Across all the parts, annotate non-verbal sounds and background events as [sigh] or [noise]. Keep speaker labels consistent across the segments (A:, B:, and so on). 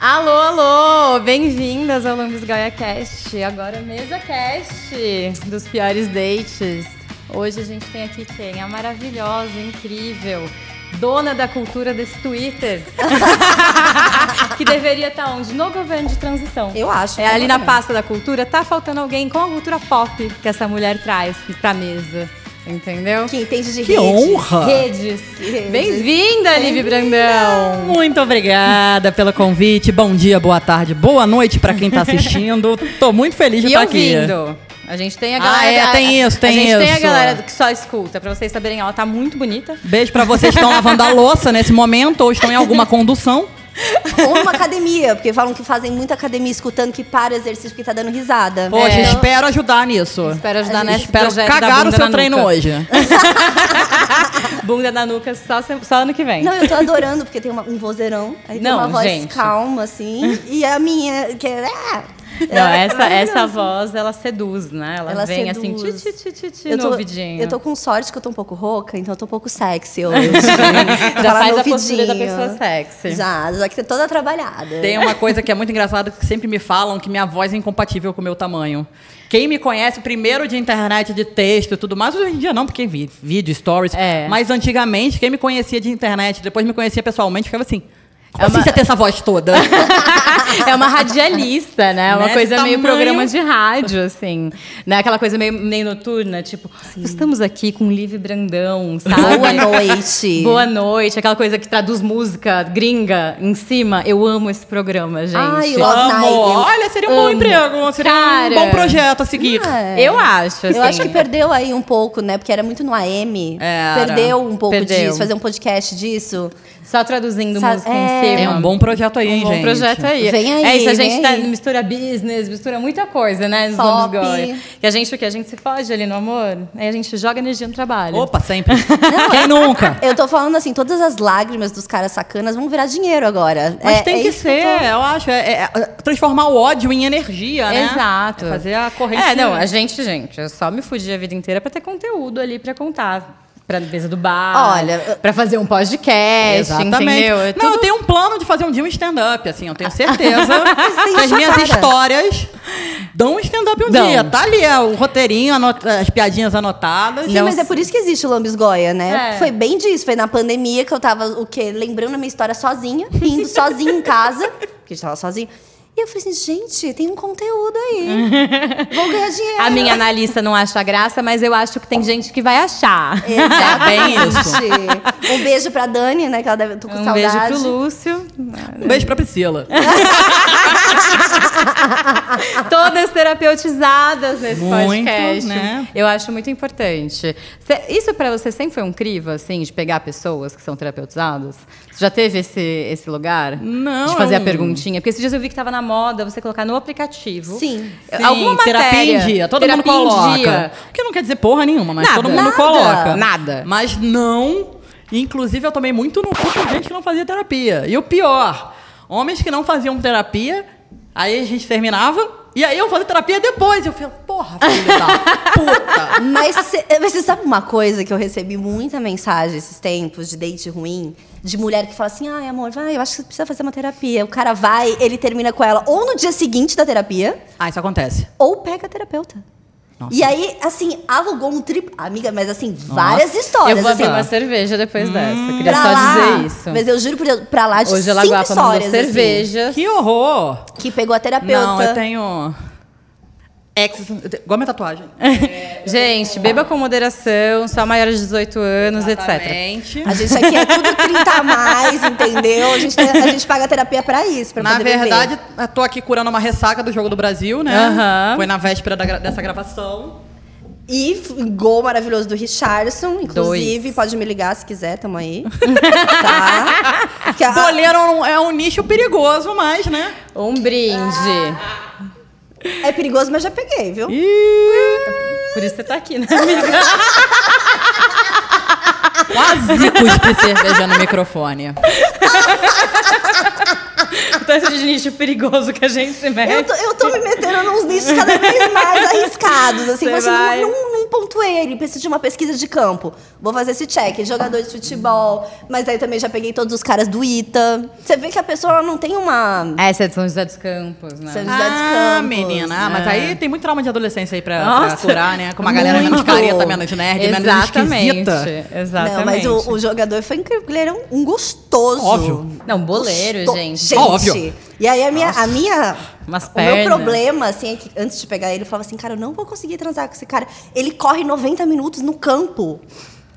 A: Alô, alô! Bem-vindas ao Lambis Gaia Cast. Agora mesa cast dos piores dates. Hoje a gente tem aqui quem? A maravilhosa, incrível, dona da cultura desse Twitter. [laughs] que deveria estar onde? No governo de transição.
B: Eu acho.
A: É ali na
B: completamente.
A: pasta da cultura, tá faltando alguém com a cultura pop que essa mulher traz pra mesa. Entendeu?
B: Que entende de
C: Que
B: rede.
C: honra!
A: Redes.
B: redes.
A: Bem-vinda, Liv Brandão!
C: Muito obrigada pelo convite. Bom dia, boa tarde, boa noite pra quem tá assistindo. Tô muito feliz de
A: E
C: estar tá aqui.
A: ouvindo. A gente tem a galera.
C: Ah, é,
A: a-
C: tem isso, tem
A: A gente tem a
C: isso.
A: galera que só escuta, pra vocês saberem, ela tá muito bonita.
C: Beijo pra vocês que estão lavando a louça nesse momento ou estão em alguma condução.
B: [laughs] Ou uma academia, porque falam que fazem muita academia escutando que para o exercício porque tá dando risada.
C: Hoje
A: É.
C: espero ajudar nisso.
A: Espero ajudar nesse
C: Espero
A: projeto da
C: cagar
A: bunda
C: o seu
A: na
C: treino
A: nuca.
C: hoje.
A: Bunda na nuca só, se- só ano que vem.
B: Não, eu tô adorando, porque tem uma- um vozeirão. Aí
A: Não,
B: tem uma voz
A: gente.
B: calma, assim. E a minha, que é... ah,
A: Não, essa, essa voz, ela seduz, né? Ela,
B: Ela
A: vem
B: seduz.
A: assim, ti, ti, ti, ti, ti,
B: Eu
A: no
B: tô,
A: ouvidinho.
B: eu tô com sorte que eu tô um pouco rouca, então eu tô um
A: [laughs]
B: pouco sexy hoje.
A: Já
B: Falar
A: faz
B: no
A: a postura da
B: ouvidinho.
A: pessoa sexy. um
B: Já, já que tá toda trabalhada.
C: Tem uma coisa que é muito engraçada que sempre me falam que minha voz é incompatível com o meu tamanho. Quem me conhece primeiro de internet, de texto e tudo mais, hoje em dia não, porque vi vídeo, stories.
A: É.
C: Mas antigamente, quem me conhecia de internet, depois me conhecia pessoalmente, ficava assim. Como
A: É
C: assim
A: uma-
C: você tem essa
A: [laughs]
C: voz toda?
A: [laughs] é uma radialista, né? Uma
C: Né?
A: coisa
C: Esse
A: meio
C: tamanho.
A: programa de rádio, assim. Né? Aquela coisa meio, meio noturna, tipo, estamos aqui com Liv Brandão, sabe? [laughs]
B: Boa noite.
A: Boa noite, aquela coisa que traduz música gringa em cima. Eu amo esse programa, gente.
B: Ai, eu Love
C: Amo!
B: Night.
C: Olha, seria um bom
A: Amo.
C: emprego, seria
A: Cara.
C: um bom projeto a seguir.
B: É.
A: Eu acho, assim.
B: Eu acho que perdeu aí um pouco, né? Porque era muito no AM.
C: Era.
B: Perdeu um pouco
A: Perdeu.
B: disso, fazer um podcast disso.
A: Só traduzindo
B: Sa-
A: música
B: é.
A: em cima.
C: É um bom projeto aí,
A: Um
C: hein,
A: bom
C: gente?
A: projeto aí.
B: Vem aí,
A: É isso, a
B: vem
A: gente tá-
B: aí.
A: mistura business, mistura muita coisa, né? nos
B: Pop.
A: Vamos Goia. Que a gente, o que? A gente se foge ali no amor, aí a gente joga energia no trabalho. [laughs]
C: Opa, sempre.
A: é.
C: Quem nunca?
B: [laughs] Eu tô falando assim, todas as lágrimas dos caras sacanas vão virar dinheiro agora.
C: Mas
B: É-
C: tem
B: é
C: que
B: isso
C: ser,
B: eu tô-
C: eu acho. É, é- é transformar o ódio em energia, né?
A: Exato.
C: É fazer a corrente.
A: É, não, a gente, gente, eu só me fudi a vida inteira pra ter conteúdo ali pra contar. Pra mesa do bar.
B: Olha,
A: Pra fazer um podcast, entendeu? É
C: Não, eu
A: tudo-
C: tenho um plano de fazer um dia um stand-up, assim, eu
A: [laughs]
C: tenho certeza.
B: Sim,
C: que as minhas
B: chocada.
C: histórias dão um stand-up um
A: Dão.
C: dia. Tá ali é, o roteirinho, anota- as piadinhas anotadas.
B: Sim, mas é por isso que existe o Lambisgoia,
A: É.
B: né? Foi bem disso. Foi na pandemia que eu tava, o quê? Lembrando a minha história sozinha, indo
C: [laughs]
B: sozinha em casa, porque a gente tava sozinho. E eu falei assim, gente, tem um conteúdo
C: [laughs]
B: aí. Vou ganhar dinheiro.
A: A minha analista não acha graça, mas eu acho que tem gente que vai achar.
C: É bem isso.
B: Exatamente. Um beijo pra Dani, né? Que ela deve. Tô com
A: Um
B: saudade.
A: beijo pro Lúcio.
C: Um beijo pra Priscila.
A: Todas terapeutizadas nesse
C: Muito,
A: podcast.
C: né?
A: Eu acho muito importante. Cê- isso pra você sempre foi um crivo, assim, de pegar pessoas que são terapeutizadas? Você já teve esse, esse lugar?
C: Não,
A: De fazer
C: é
A: a
C: um-
A: perguntinha? Porque esses dias eu vi que tava na moda você colocar no aplicativo.
B: Sim.
C: Sim,
A: É, Alguma matéria.
C: terapia em dia, todo
A: terapia em
C: mundo coloca.
A: dia.
C: O que não quer dizer porra nenhuma, mas
A: Nada,
C: todo mundo
A: nada,
C: coloca.
A: nada.
C: Mas não. Inclusive, eu tomei muito no cu com gente que não fazia terapia. E o pior, homens que não faziam terapia, aí a gente terminava. E aí eu fazia terapia depois. Eu falei, porra, filho da puta.
B: Mas cê- eh, mas você sabe uma coisa que eu recebi muita mensagem esses tempos de date ruim? De mulher que fala assim, ai amor, vai, eu acho que você precisa fazer uma terapia. O cara vai, ele termina com ela ou no dia seguinte da terapia,
C: Ah, isso acontece.
B: ou pega a terapeuta.
C: Nossa.
B: E aí, assim, alugou um trip. Amiga, mas assim, várias histórias.
A: Eu vou
B: assim,
A: abrir uma cerveja depois dessa. Queria
B: pra
A: só
B: lá,
A: dizer isso.
B: Mas eu juro por Deus, pra lá de
A: Hoje ela
B: cinco
A: guapa mandou
B: histórias. assim,
A: cerveja.
C: Que horror.
B: que pegou a terapeuta.
C: Não, eu tenho. Ex, eu tenho- igual minha tatuagem.
A: Gente, beba com moderação, só maiores de 18 anos, etc.
C: Exatamente.
B: A gente aqui é tudo 30 a mais, entendeu? A gente, tem- a gente paga a terapia pra isso, pra
C: Na
B: poder beber.
C: verdade, eu tô aqui curando uma ressaca do jogo do Brasil, né?
A: Aham.
C: Foi na véspera da gra- dessa gravação.
B: E f- gol maravilhoso do Richardson, inclusive.
A: Dois.
B: Pode me ligar se quiser, tamo aí. [laughs] tá? Que a-
C: Goleiro é um- é um nicho perigoso, mas, né?
A: Um brinde.
B: é perigoso, mas já peguei, viu?
A: Por isso você tá aqui, né, amiga?
C: Quase cuspe cerveja no microfone.
A: Tanto de nicho perigoso que a gente se mete. [laughs]
B: Eu tô, eu tô me metendo nos nichos cada vez mais arriscados, assim.
A: Você
B: Mas não,
A: vai.
B: não, não não pontuei, ele precisa de uma pesquisa de campo. Vou fazer esse check, jogador de futebol, mas aí também já peguei todos os caras do ITA. Você vê que a pessoa ela não tem uma...
A: Essa é de São José dos Campos, né?
B: São José dos
C: Ah,
B: Campos.
C: menina. Ah, mas aí tem muito trauma de adolescência aí pra, pra
A: Nossa.
C: curar, né? Com uma galera menos
B: Muito.
C: careta, menos nerd, menos
A: Exatamente.
C: esquisita.
A: Exatamente.
B: Não, mas o, o jogador foi incrível, porque ele era um, um gostoso.
C: Óbvio.
A: Não, um boleiro,
B: Gosto-
A: gente.
C: Óbvio.
B: E aí a minha, a minha
A: Umas
B: o meu
A: pernas.
B: problema assim é que antes de pegar ele eu falava assim, cara, eu não vou conseguir transar com esse cara. Ele corre 90 minutos no campo.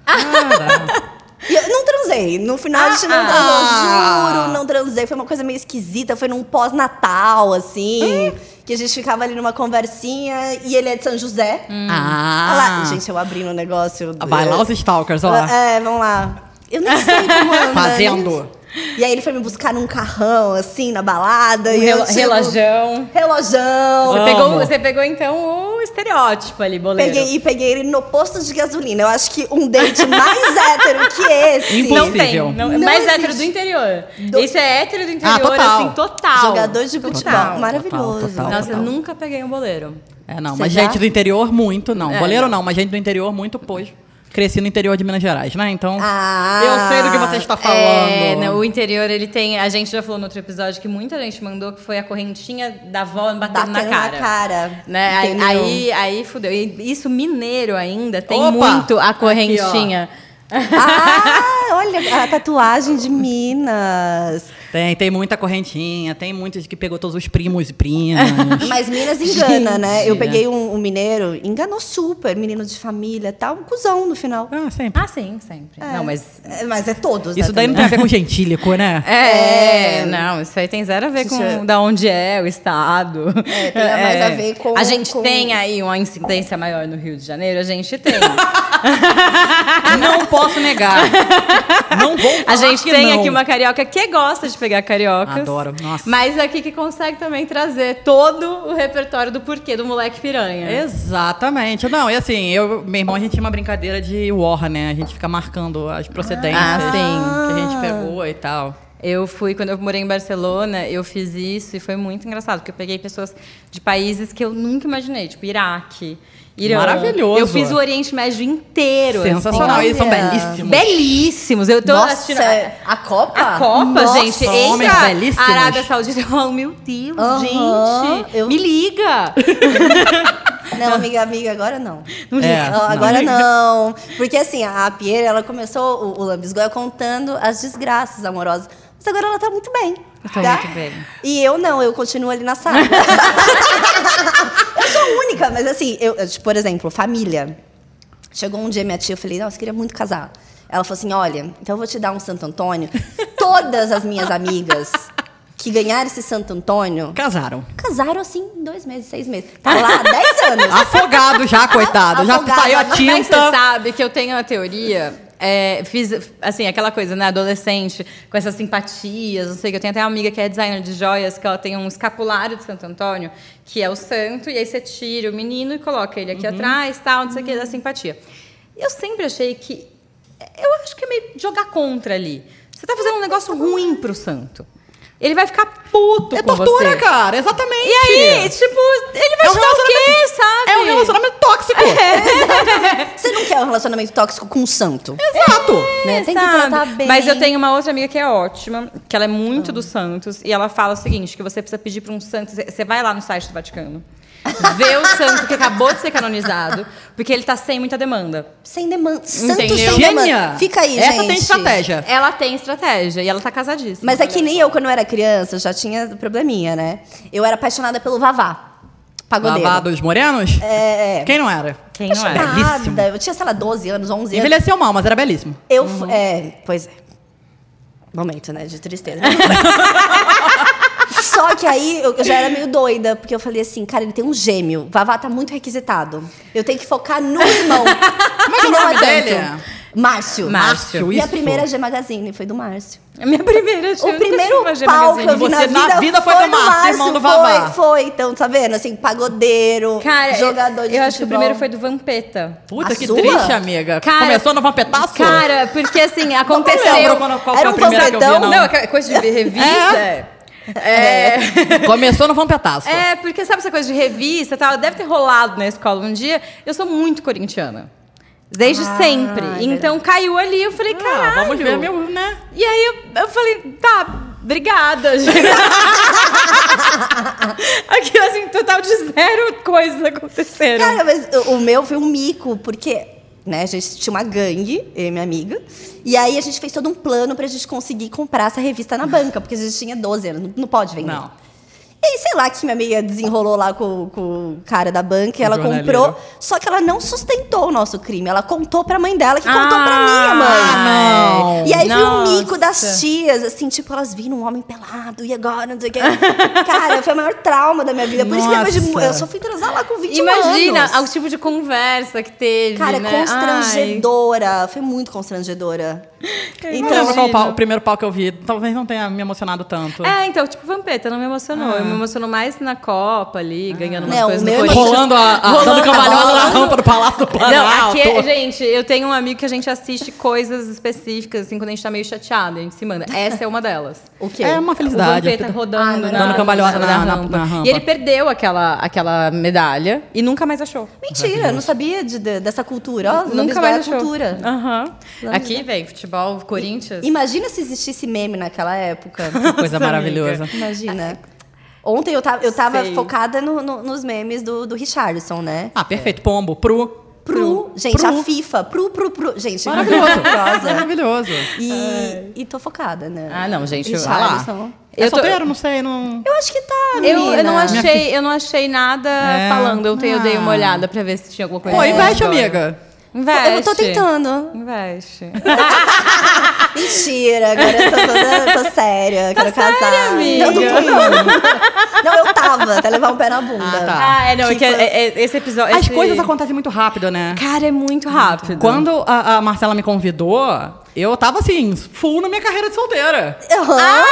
C: Cara,
B: [laughs] E eu não transei. No final a gente não
C: Ah.
B: transou, juro, não transei. Foi uma coisa meio esquisita, foi num pós-natal assim,
C: Ah.
B: que a gente ficava ali numa conversinha e ele é de São José.
A: Hum.
B: Ah
C: Ah.
B: lá, gente, eu abri no negócio.
C: Vai lá os stalkers, ó.
B: É, vamos lá. Eu nem sei como anda.
C: Fazendo.
B: nem- E aí ele foi me buscar num carrão, assim, na balada.
A: Um
B: e eu,
A: relo-
B: tipo,
A: relojão.
B: Relojão.
A: Você
C: Amo.
A: pegou, você pegou, então, o estereótipo ali, boleiro.
B: Peguei, e peguei ele no posto de gasolina. Eu acho que um
A: [laughs]
B: date mais hétero que esse.
C: Impossível.
A: Não tem. Não,
B: Não
A: mais
B: existe.
A: hétero do interior.
B: Do-
A: Isso é hétero do interior,
C: Ah, total.
A: assim, total.
B: Jogador de futebol.
A: Total.
B: Maravilhoso.
C: Total, total.
A: Nossa, eu nunca peguei um boleiro.
C: É, não,
B: Você
C: mas
B: já?
C: gente do interior muito, não.
A: É,
C: Boleiro
A: não.
C: não, mas gente do interior muito, pois. Cresci no interior de Minas Gerais, né? Então,
B: Ah.
C: eu sei do que você está tá falando.
A: É, né, o interior, ele tem. A gente já falou no outro episódio que muita gente mandou que foi a correntinha da avó batendo, na cara. Né? Aí,
B: Entendeu?
A: aí, aí fudeu. E isso, mineiro ainda, tem
C: Opa!
A: muito a
C: Aqui, ó.
A: correntinha.
B: Ah, olha a tatuagem de Minas.
C: Tem, tem muita correntinha, tem muitos que pegou todos os primos e primas.
A: [laughs]
B: Mas Minas engana, né? Eu
C: Gente.
B: peguei um, um mineiro, enganou super, menino de família, tal, um cuzão no final.
C: ah, sempre.
A: ah, tá sim, sempre. Não, mas
B: É, mas é todos,
C: Isso
B: né,
C: daí não tem
B: também.
C: a ver com
A: [laughs]
C: gentílico, né?
A: É, não, isso aí tem zero a ver com
B: Gente, é-
A: da onde é o estado.
B: É, tem mais
A: [laughs]
B: a ver com-
A: A gente
B: com-
A: tem aí uma incidência maior no Rio de Janeiro, a gente tem. [laughs]
C: Não posso negar. Não vou falar
A: É. A gente
C: que
A: tem
C: não.
A: aqui uma carioca que gosta de pegar cariocas.
C: Adoro, nossa.
A: Mas aqui que consegue também trazer todo o repertório do porquê do moleque piranha.
C: É. Exatamente. Não, e assim, eu, meu irmão, a gente tinha uma brincadeira de war, né? A gente fica marcando as procedências
A: Ah, sim.
C: que a gente pegou e tal.
A: Eu fui, quando eu morei em Barcelona, eu fiz isso e foi muito engraçado, porque eu peguei pessoas de países que eu nunca imaginei, tipo Iraque, Irã.
C: Maravilhoso.
A: Eu fiz o Oriente Médio inteiro. assim.
C: Sensacional. Eles são
B: Olha.
C: belíssimos. Ah,
A: Belíssimos. Eu tô
B: Nossa, é
A: assistindo. A
B: a Copa?
A: a Copa,
B: Nossa.
A: gente.
C: homens
A: Entra
C: belíssimos.
A: Arábia Saudita. [laughs] Oh, meu Deus,
B: Aham,
A: gente.
B: eu-
A: Me liga.
B: Não, amiga, amiga, agora não.
A: Não
C: [laughs] É,
A: liga.
B: Ó,
C: não.
B: agora não. Porque assim, a a Pierre, ela começou o, o Lambisgoia contando as desgraças amorosas. Mas agora ela tá muito bem.
A: Eu tô
B: tá?
A: muito bem.
B: E eu não, eu continuo ali
A: [laughs]
B: na sala. eu sou única, mas assim, eu, eu, tipo, por exemplo, família. Chegou um dia minha tia, eu falei, nossa, eu queria muito casar. Ela falou assim: olha, então eu vou te dar um Santo
A: [laughs]
B: Antônio. Todas as minhas amigas que ganharam esse Santo Antônio
C: Casaram.
B: casaram assim em dois meses, seis meses. Tá lá há 10 anos.
C: Afogado já, coitado. Já
B: Afogado.
C: saiu a
A: Mas você
C: tinta.
A: sabe que eu tenho uma teoria. é, fiz, assim, aquela coisa, né? Adolescente, com essas simpatias, não sei o que. Eu tenho até uma amiga que é designer de joias, que ela tem um escapulário de Santo Antônio, que é o santo, e aí você tira o menino e coloca ele
C: Uhum.
A: aqui atrás, tal, não sei o que, da simpatia. Eu sempre achei que. Eu acho que é meio jogar contra ali. Você tá fazendo um negócio ruim pro santo. Ele vai ficar puto
C: É
A: com
C: tortura,
A: você.
C: cara. Exatamente.
A: E aí, tipo, ele vai
C: É um
A: te dar o quê,
C: relacionamento-
A: sabe?
C: É um relacionamento
A: [laughs]
C: tóxico.
A: É,
B: Você não quer um relacionamento tóxico com um santo?
C: Exato.
B: né? Tem
A: sabe?
B: que tratar bem.
A: Mas eu tenho uma outra amiga que é ótima, que ela é muito dos santos, e ela fala o seguinte: que você precisa pedir para um santo. você- Você vai lá no site do Vaticano, vê o santo que acabou de ser canonizado, porque ele tá sem muita demanda.
B: Sem demanda. Santo
A: Entendeu?
B: sem
C: Gênia.
B: demanda. Fica aí,
C: Essa
B: gente.
C: tem estratégia.
A: Ela tem estratégia e ela tá casadíssima.
B: Mas é que nem eu, quando eu era criança, eu já tinha probleminha, né? Eu era apaixonada pelo Vavá. Pagodeiro.
C: Babá dos morenos?
B: É, é.
C: Quem não era?
A: Quem não é? era?
B: Apaixonada.
C: Belíssimo.
B: Eu tinha, sei lá, 12 anos, 11 anos.
C: Envelheceu mal, mas era belíssimo.
B: Eu, f- É, pois é. Momento, né? De
C: [laughs]
B: tristeza. Só que aí eu já era meio doida, porque eu falei assim, cara, ele tem um gêmeo. Vavá tá muito requisitado. Eu tenho que focar no
C: [laughs]
B: irmão. Mas
C: é o nome dele? é?
B: Márcio.
A: Márcio,
B: Minha
C: isso.
B: primeira G Magazine foi do Márcio.
A: É a minha primeira tia,
B: O
A: eu nunca
B: primeiro
A: tive uma
B: pau que
A: Magazine.
B: eu vi na
C: Você
B: vida,
C: na vida foi do
B: no
C: Márcio, irmão do Vavá.
B: Foi, foi. Então, tá vendo? Assim, pagodeiro,
A: Cara,
B: jogador
A: eu,
B: de
A: eu acho que o
B: futebol.
A: primeiro foi do Vampeta.
C: Puta,
B: A
C: que
B: sua?
C: triste, amiga.
A: Cara-
C: Começou no vampetaço?
A: Cara, porque assim,
C: Eu não lembro
A: aconteceu.
C: quando- qual
B: Era
C: foi a
B: um
C: primeira que eu vi,
B: vampetão?
C: não.
A: Não, é coisa de é revista.
C: É.
A: É.
C: Começou no vampetaço.
A: É, porque sabe essa coisa de revista e tal? Deve ter rolado na escola um dia. Eu sou muito corintiana. Desde
B: Ah,
A: sempre.
B: é
A: então caiu ali, eu falei,
C: Ah,
A: caralho.
C: vamos ver meu, né?
A: E aí eu, eu falei, tá, obrigada, [laughs] gente. Aqui, assim, total de zero coisas aconteceram.
B: Cara, mas o- o meu foi um mico, porque né, a gente tinha uma gangue, eu e minha amiga. E aí a gente fez todo um plano pra gente conseguir comprar essa revista na banca, porque a gente tinha 12 anos, não- não pode vender.
C: Não.
B: E aí, sei lá, que minha amiga desenrolou lá com, com o cara da banca e ela
C: jornaleiro.
B: comprou. Só que ela não sustentou o nosso crime. Ela contou pra mãe dela, que contou pra
C: Ah,
B: minha mãe.
C: não.
B: E aí foi um
A: Nossa.
B: mico das tias, assim, tipo, elas viram um homem pelado e agora, não sei o quê. Cara, foi o maior trauma da minha vida. Por isso que depois de, mu-
C: Nossa.
B: eu só fui transar lá com 21
A: Imagina
B: anos.
A: o tipo de conversa que teve.
B: Cara, é
A: né?
B: constrangedora. Foi muito constrangedora.
A: Eu
B: Então,
C: Então,
A: imagino.
C: lembro qual o pau- o primeiro pau que eu vi. Talvez não tenha me emocionado tanto.
A: Ai. É, então, tipo, Vampeta não me emocionou.
C: Ah.
A: Eu me emocionou mais na Copa ali, ganhando umas
B: Não,
A: coisas
B: o
A: no
B: meu
A: Corinthians.
C: Rolando a, a dando cambalhota na
B: rolando.
C: rampa do Palácio do
A: Não,
C: Planalto.
A: aqui, é- gente, eu tenho um amigo que a gente assiste coisas específicas, assim, quando a gente tá meio chateado, a gente se manda. Essa é uma delas.
B: o quê?
C: É uma
A: O
C: felicidade. Ah,
A: Vampeta tá rodando
B: Ai,
A: na,
C: dando cambalhota na- na- na rampa.
A: E ele perdeu aquela, aquela medalha e nunca mais achou.
B: Mentira, eu não sabia de- de- dessa cultura. Ó,
A: nunca
B: vai
A: mais
B: a
A: achou.
B: cultura.
A: Aham. Aqui, velho, futebol, Corinthians.
B: Imagina se existisse meme naquela época.
A: [laughs] Nossa,
C: Coisa maravilhosa.
B: Imagina. Ontem eu tava, eu tava
A: Sei.
B: focada no- no- nos memes do, do Richardson, né?
C: Ah, perfeito. Pombo, pru.
B: Pru, gente,
C: Pru.
B: a FIFA. Pru, pru, pru. Gente,
A: [laughs]
C: Maravilhoso.
B: maravilhosa.
C: Maravilhoso.
B: E, e tô focada, né?
A: Ah, não, gente, eu-
B: Richardson.
C: Eu
A: Eu
C: é
A: tô-
C: solteiro, não sei, não...
B: Eu acho que tá,
A: Eu,
B: menina.
A: eu não achei, eu não achei nada
C: É.
A: falando. Eu, tenho, eu dei uma
C: Ah.
A: olhada pra ver se tinha alguma coisa.
C: Pô, investe,
A: aleatória.
C: amiga.
A: Investe.
B: Eu tô tentando.
A: Investe.
C: Tá.
B: Mentira, agora eu tô, toda, tô séria, quero
A: Tá séria,
B: casar.
A: amiga?
B: Eu tô- não, eu tava, até levar um pé na bunda.
C: Ah, tá.
A: Ah, é, não, é que
B: Tipo-
A: é- é- é- esse episódio.
C: As
A: esse-
C: coisas acontecem muito rápido, né?
A: Cara, é muito rápido.
C: Quando a, a Marcela me convidou, eu tava assim, full na minha carreira de solteira.
B: Aham.
A: Ah,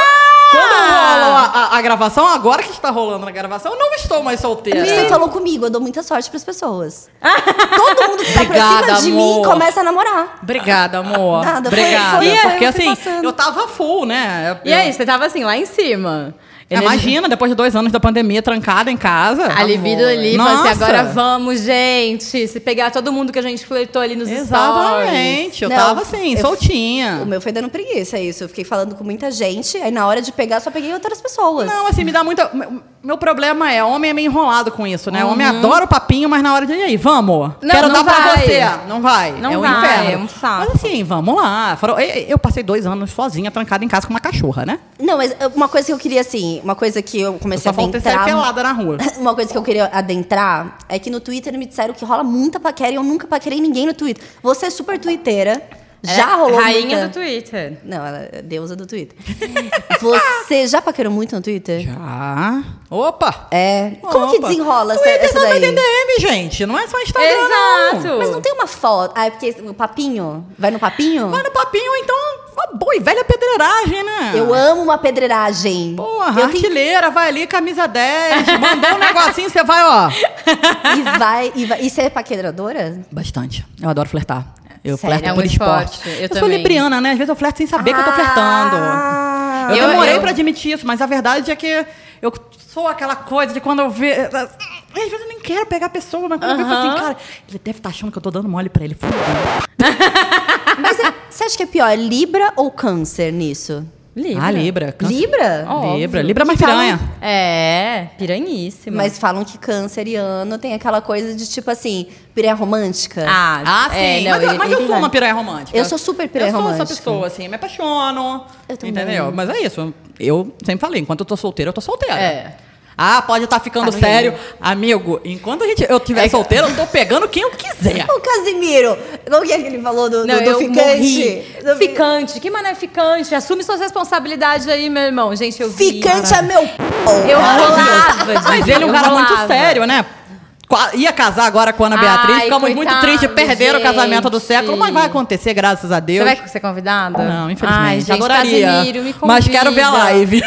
C: Quando rolou a, a- a gravação, agora que está rolando a gravação, eu não estou mais solteira.
B: Você falou comigo, eu dou muita sorte pras pessoas. Todo mundo que se aproxima
C: Obrigada,
B: de mim
C: amor.
B: começa a namorar.
C: Obrigada, amor.
B: Nada, foi-
C: Obrigada.
B: foi-
A: foi-
C: Porque
B: foi
C: assim,
B: passando.
C: eu tava full, né?
A: [laughs] E aí, você tava assim, lá em cima.
C: Eu- É, Imagina, depois de dois anos da pandemia, trancada em casa.
A: A libido
C: Amor.
A: ali, falou assim,
C: Nossa.
A: agora vamos, gente. Se pegar todo mundo que a gente flertou ali nos stories.
C: Exatamente. Eu
B: Não,
C: tava assim,
B: eu-
C: soltinha.
B: O meu foi dando preguiça, é isso. Eu fiquei falando com muita gente, aí na hora de pegar, só peguei outras pessoas.
C: Não, assim, me dá muita. meu- Meu problema é, homem é meio enrolado com isso, né?
B: Uhum.
C: Homem adora o papinho, mas na hora de. E aí, vamos?
A: Não,
C: Quero
A: não
C: dar pra
A: vai.
C: você. Não vai.
A: Não
C: é um
A: vai,
C: inferno.
A: é um saco.
C: Mas assim, vamos lá. Foram- Eu eu passei dois anos sozinha, trancada em casa com uma cachorra, né?
B: Não, mas uma coisa que eu queria, assim, uma coisa que eu
C: Eu
B: comecei
C: só
B: a
C: faltei sair
B: adentrar.
C: pelada na rua.
B: [laughs] Uma coisa que eu queria adentrar é que no Twitter me disseram que rola muita paquera e eu nunca paquerei ninguém no Twitter. Você é super twitteira. Já rolou
A: É? Rainha
B: muita...
A: do Twitter.
B: Não, ela é deusa do Twitter. [laughs] Você já paquerou muito no Twitter?
C: Já. Opa!
B: É. Como que
C: Opa. tá
B: desenrola essa,
C: Twitter
B: essa daí?
C: também tem DM, gente. Não é só Instagram,
A: Exato.
C: não.
B: Mas não tem uma foto. Ah, é porque o papinho? Vai no papinho?
C: Vai no papinho, então, uma boa e velha pedreiragem, né?
B: Eu amo uma pedreiragem.
C: Porra,
B: Eu tenho-
C: artilheira, vai ali, camisa 10, mandou um negocinho, você vai, ó.
B: E vai, e vai. E você é paqueradora?
C: Bastante. Eu adoro flertar. Eu
B: Sério?
C: flerto
A: É um
C: por esporte.
A: esporte, eu
C: sou
A: também. Ah.
C: libriana, né? Às vezes eu flerto sem saber que eu tô flertando.
B: Ah.
C: Eu,
A: Eu-
C: demorei
A: eu-
C: pra admitir isso, mas a verdade é que eu sou aquela coisa de quando eu vejo. Às vezes eu nem quero pegar a pessoa, mas quando eu vejo eu falo assim, cara, ele deve estar achando que eu tô dando mole pra ele.
B: Mas você- você acha que é pior, Libra ou Câncer nisso?
A: Livre.
C: Ah, Libra. câncer.
B: Libra?
A: Ó,
C: Libra.
A: óbvio.
C: Libra é mais
B: Que falam-
C: piranha.
A: É, piranhíssima.
B: Mas falam que canceriano tem aquela coisa de tipo assim, piranha romântica.
A: Ah,
C: Ah, sim.
A: é, não,
C: mas, eu-
A: ele-
C: mas eu
B: ele
C: sou
B: vai.
C: uma piranha romântica.
B: Eu sou super piranha
C: eu Eu sou
B: romântica.
C: essa pessoa, assim, me apaixono.
B: Eu também.
C: entendeu? Mas é isso. Eu sempre falei, enquanto eu tô solteira, eu tô solteira.
A: É.
C: Ah, pode estar ficando
B: Tá vendo?
C: sério. Amigo, enquanto a gente, eu tiver
A: É que-
C: solteira, eu tô pegando quem eu quiser.
B: O Casimiro, como que é que ele falou do, do-
A: Não,
B: do
A: eu
B: ficante?
A: morri.
B: Do fi-
A: Ficante. Que mané ficante? Assume suas responsabilidades aí, meu irmão. Gente, eu vi.
B: Ficante é meu p****.
A: Eu rolava.
C: Mas
A: gente,
C: ele é um
A: eu
C: cara
A: rolava.
C: muito sério, né? qua- ia casar agora com a Ana
A: Ai,
C: Beatriz, ficamos muito
A: coitado,
C: tristes, perderam o casamento do
A: gente.
C: século, mas vai acontecer, graças a Deus.
A: Você vai ser convidada?
C: Não, infelizmente.
A: Ai, gente,
C: Adoraria.
A: Casimiro, me
C: mas quero ver a
A: convida.
C: live.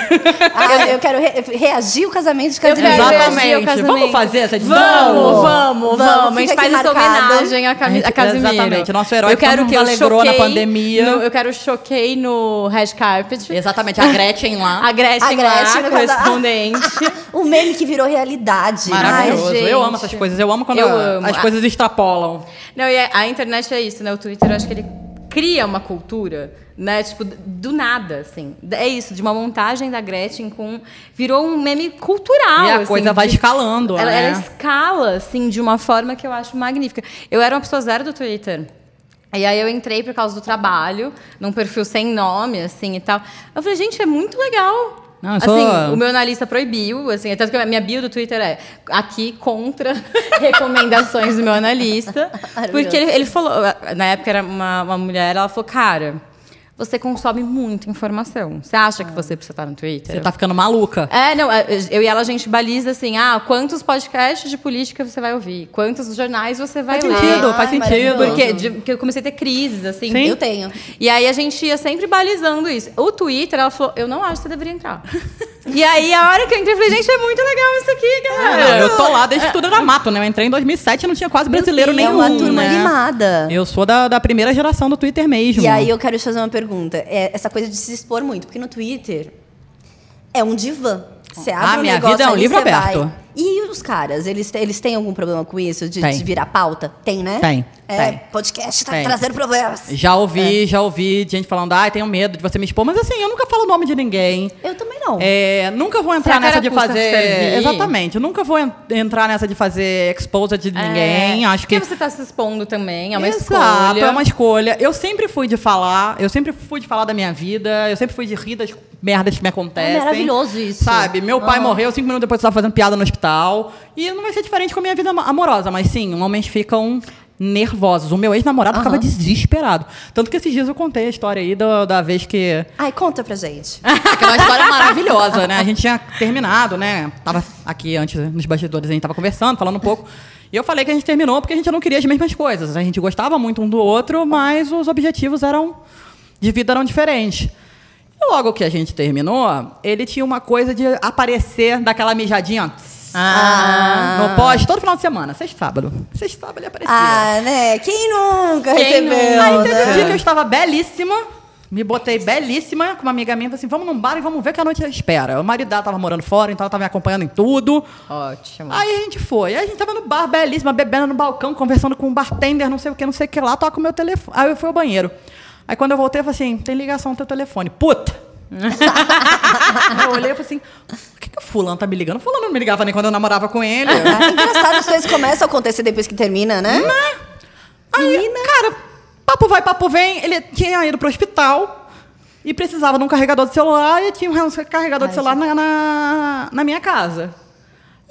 B: Ah, eu quero re- reagir o casamento de Casimiro.
A: quero reagir ao
C: Exatamente.
A: casamento.
C: Vamos fazer essa edição?
A: Vamos, vamos,
B: Vamos,
A: vamos. A gente
B: fica
A: faz
B: aqui
A: essa
B: marcado.
A: homenagem a, Cami
C: A gente-
A: a Casimiro.
C: É, exatamente, nosso herói
A: eu quero
C: que
A: que eu
C: alegrou na
A: choquei
C: pandemia.
A: no- eu quero choquei no Red Carpet.
C: Exatamente, a Gretchen lá.
A: A Gretchen,
B: A Gretchen
A: lá,
B: no casal-
A: correspondente.
B: [laughs] O meme que virou realidade.
C: Maravilhoso.
A: Ai, gente.
C: eu amo essas coisas. Eu amo quando
A: Eu amo.
C: as
A: A-
C: coisas extrapolam.
A: Não, e a- a internet é isso, né? O Twitter, eu acho que ele cria uma cultura, né? Tipo, do nada, assim. É isso, de uma montagem da Gretchen com... Virou um meme cultural,
C: e a
A: assim,
C: coisa vai
A: de-
C: escalando,
A: Ela,
C: né?
A: ela escala, assim, de uma forma que eu acho magnífica. Eu era uma pessoa zero do Twitter. E aí eu entrei por causa do trabalho, num perfil sem nome, assim, e tal. Eu falei, gente, é muito legal.
C: Não, eu
A: assim,
C: sou-
A: o meu analista proibiu, assim, tanto que a minha bio do Twitter é aqui contra [laughs] recomendações do meu analista. porque ele, ele falou, na época era uma, uma mulher, ela falou, cara, você consome muita informação. Você acha que você precisa estar no Twitter?
C: Você tá ficando maluca.
A: É, não, a- eu e ela a gente baliza assim, ah, quantos podcasts de política você vai ouvir? Quantos jornais você vai
C: Faz
A: ler? Ah,
C: sentido,
B: Ai,
C: faz sentido.
B: maravilhoso.
A: é, Porque, de- porque eu comecei a ter crises, assim.
C: Sim.
B: Eu tenho.
A: E aí a gente ia sempre balizando isso. O Twitter, ela falou, eu não acho que você deveria
C: [laughs]
A: entrar. e aí a hora que eu entrei, eu falei, gente, é muito legal isso aqui,
C: Ah,
A: galera.
C: não, eu tô lá
A: é,
C: desde que tudo era mato, né? Eu entrei em 2007 e não tinha quase brasileiro
B: É
C: nenhum,
B: uma turma
C: né?
B: animada.
C: Eu sou da, da primeira geração do Twitter mesmo.
B: E aí eu quero te fazer uma pergunta. É, essa coisa de se expor muito, porque no Twitter é um divã. Você abre
C: Ah,
B: um
C: minha
B: negócio,
C: vida é um
B: ali,
C: livro
B: você
C: aberto.
B: vai. E os caras, eles, te- eles têm algum problema com isso? De,
C: Tem.
B: de virar pauta? Tem, né?
C: Tem,
B: É,
C: tem.
B: podcast tá
C: Tem. É.
B: trazendo problemas.
C: Já
A: É.
C: ouvi, já ouvi de gente falando, ai, tenho medo de você me expor. Mas assim, eu nunca falo o nome de ninguém.
B: Eu também não.
C: É, nunca vou entrar
A: Será que
C: nessa
A: era
C: de
A: custa
C: fazer.
A: servir?
C: Exatamente. Eu nunca vou en- entrar nessa de fazer exposure de ninguém.
A: É,
C: Acho que.
A: Porque você tá se expondo também, é uma
C: Exato,
A: escolha.
C: é uma escolha. Eu sempre fui de falar, eu sempre fui de falar da minha vida, eu sempre fui de rir das merdas que me acontecem.
B: É maravilhoso isso.
C: Sabe? Meu
A: Ah.
C: pai morreu, cinco minutos depois eu tava fazendo piada no hospital. E não vai ser diferente com a minha vida am- amorosa, mas sim, homens ficam nervosos. O meu ex-namorado ficava desesperado. Tanto que esses dias eu contei a história aí do- da vez que
B: Ai, conta pra
C: [laughs]
B: gente.
C: que é
A: [laughs]
C: uma história maravilhosa, né? A gente tinha terminado, né? Tava aqui antes nos bastidores, a gente tava conversando, falando um pouco. E eu falei que a gente terminou porque a gente não queria as mesmas coisas. A gente gostava muito um do outro, mas os objetivos eram de vida eram diferentes. E logo que a gente terminou, ele tinha uma coisa de aparecer daquela mijadinha, ó. No pós, todo final de semana, sexta e sábado. Sexta e sábado ele aparecia.
B: Ah, né? Quem nunca
A: Quem
B: recebeu?
A: nunca?
C: Aí teve um
B: né?
C: dia que eu estava belíssima, me botei belíssima com uma amiga minha, falei assim, vamos num bar e vamos ver o que a noite espera. O marido dela tava morando fora, então ela tava me acompanhando em tudo.
A: Ótimo.
C: Aí a gente foi. Aí a gente tava no bar, belíssima, bebendo no balcão, conversando com um bartender, não sei o que, não sei o que lá, toca o meu telefone. Aí eu fui ao banheiro. Aí quando eu voltei, eu falei assim, tem ligação no teu telefone. Puta! eu olhei e falei assim, por que, que o fulano tá me ligando? O fulano não me ligava nem quando eu namorava com ele.
B: Ah, engraçado, as coisas começam a acontecer depois que termina, né?
C: Aí, cara, papo vai, papo vem. Ele tinha ido pro hospital e precisava de um carregador de celular e tinha um carregador de celular na, na, na minha casa.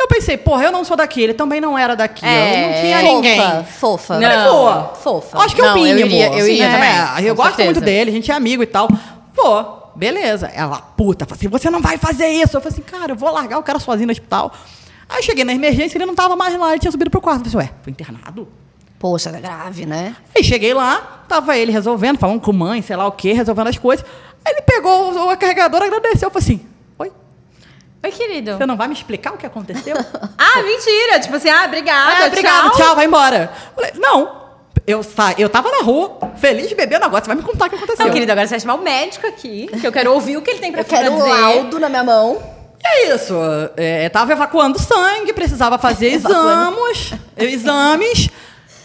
C: Eu pensei, porra, eu não sou daqui, ele também não era daqui. eu não
A: É,
C: tinha
B: fofa,
C: ninguém.
B: fofa.
A: Não.
B: Pô, fofa.
C: Acho que é o
A: Não, eu
C: mínimo.
A: iria- eu
C: assim,
A: iria
C: né?
A: também,
C: Eu
A: com
C: gosto
A: certeza.
C: muito dele, a gente é amigo e tal. Pô, beleza. Ela, puta, falou assim, você não vai fazer isso. Eu falei assim, cara, eu vou largar o cara sozinho no hospital. Aí eu cheguei na emergência, ele não tava mais lá, ele tinha subido pro quarto. Eu falei assim, ué, foi internado?
B: Poxa, tá grave, né?
C: Aí cheguei lá, tava ele resolvendo, falando com mãe, sei lá o quê, resolvendo as coisas. Aí ele pegou o- a carregadora, agradeceu, falou assim: Oi,
A: Oi, querido.
C: você não vai me explicar o que aconteceu?
A: [laughs] Ah, mentira! Tipo assim, ah, obrigada,
C: Ah, obrigado,
A: tchau.
C: tchau. vai embora. Falei, não. Eu, sa... eu tava na rua, feliz bebendo agora, você vai me contar o que aconteceu.
A: Não, querido, agora você vai chamar o médico aqui, que eu quero ouvir o que ele tem pra
B: Eu quero um
A: dizer.
B: laudo na minha mão.
C: É isso. É, tava evacuando sangue, precisava fazer
A: [laughs]
B: Evacuando.
C: exames. exames.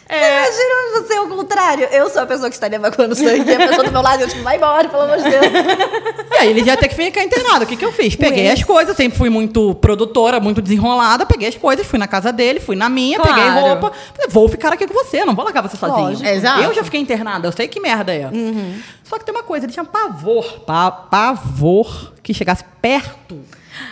B: É, Imagina você ao contrário. Eu sou a pessoa que estaria evacuando sangue. E a pessoa do meu lado, eu tipo, vai embora, pelo amor de Deus.
C: E aí ele ia ter que ficar internado. O que, que eu fiz? Peguei as coisas, sempre fui muito produtora, muito desenrolada, peguei as coisas, fui na casa dele, fui na minha,
A: Claro.
C: peguei roupa. Falei, vou ficar aqui com você, não vou largar você sozinho.
B: Lógico.
A: Exato.
C: Eu já fiquei internada, eu sei que merda é. Só que tem uma coisa, ele tinha pavor, pa- pavor que chegasse perto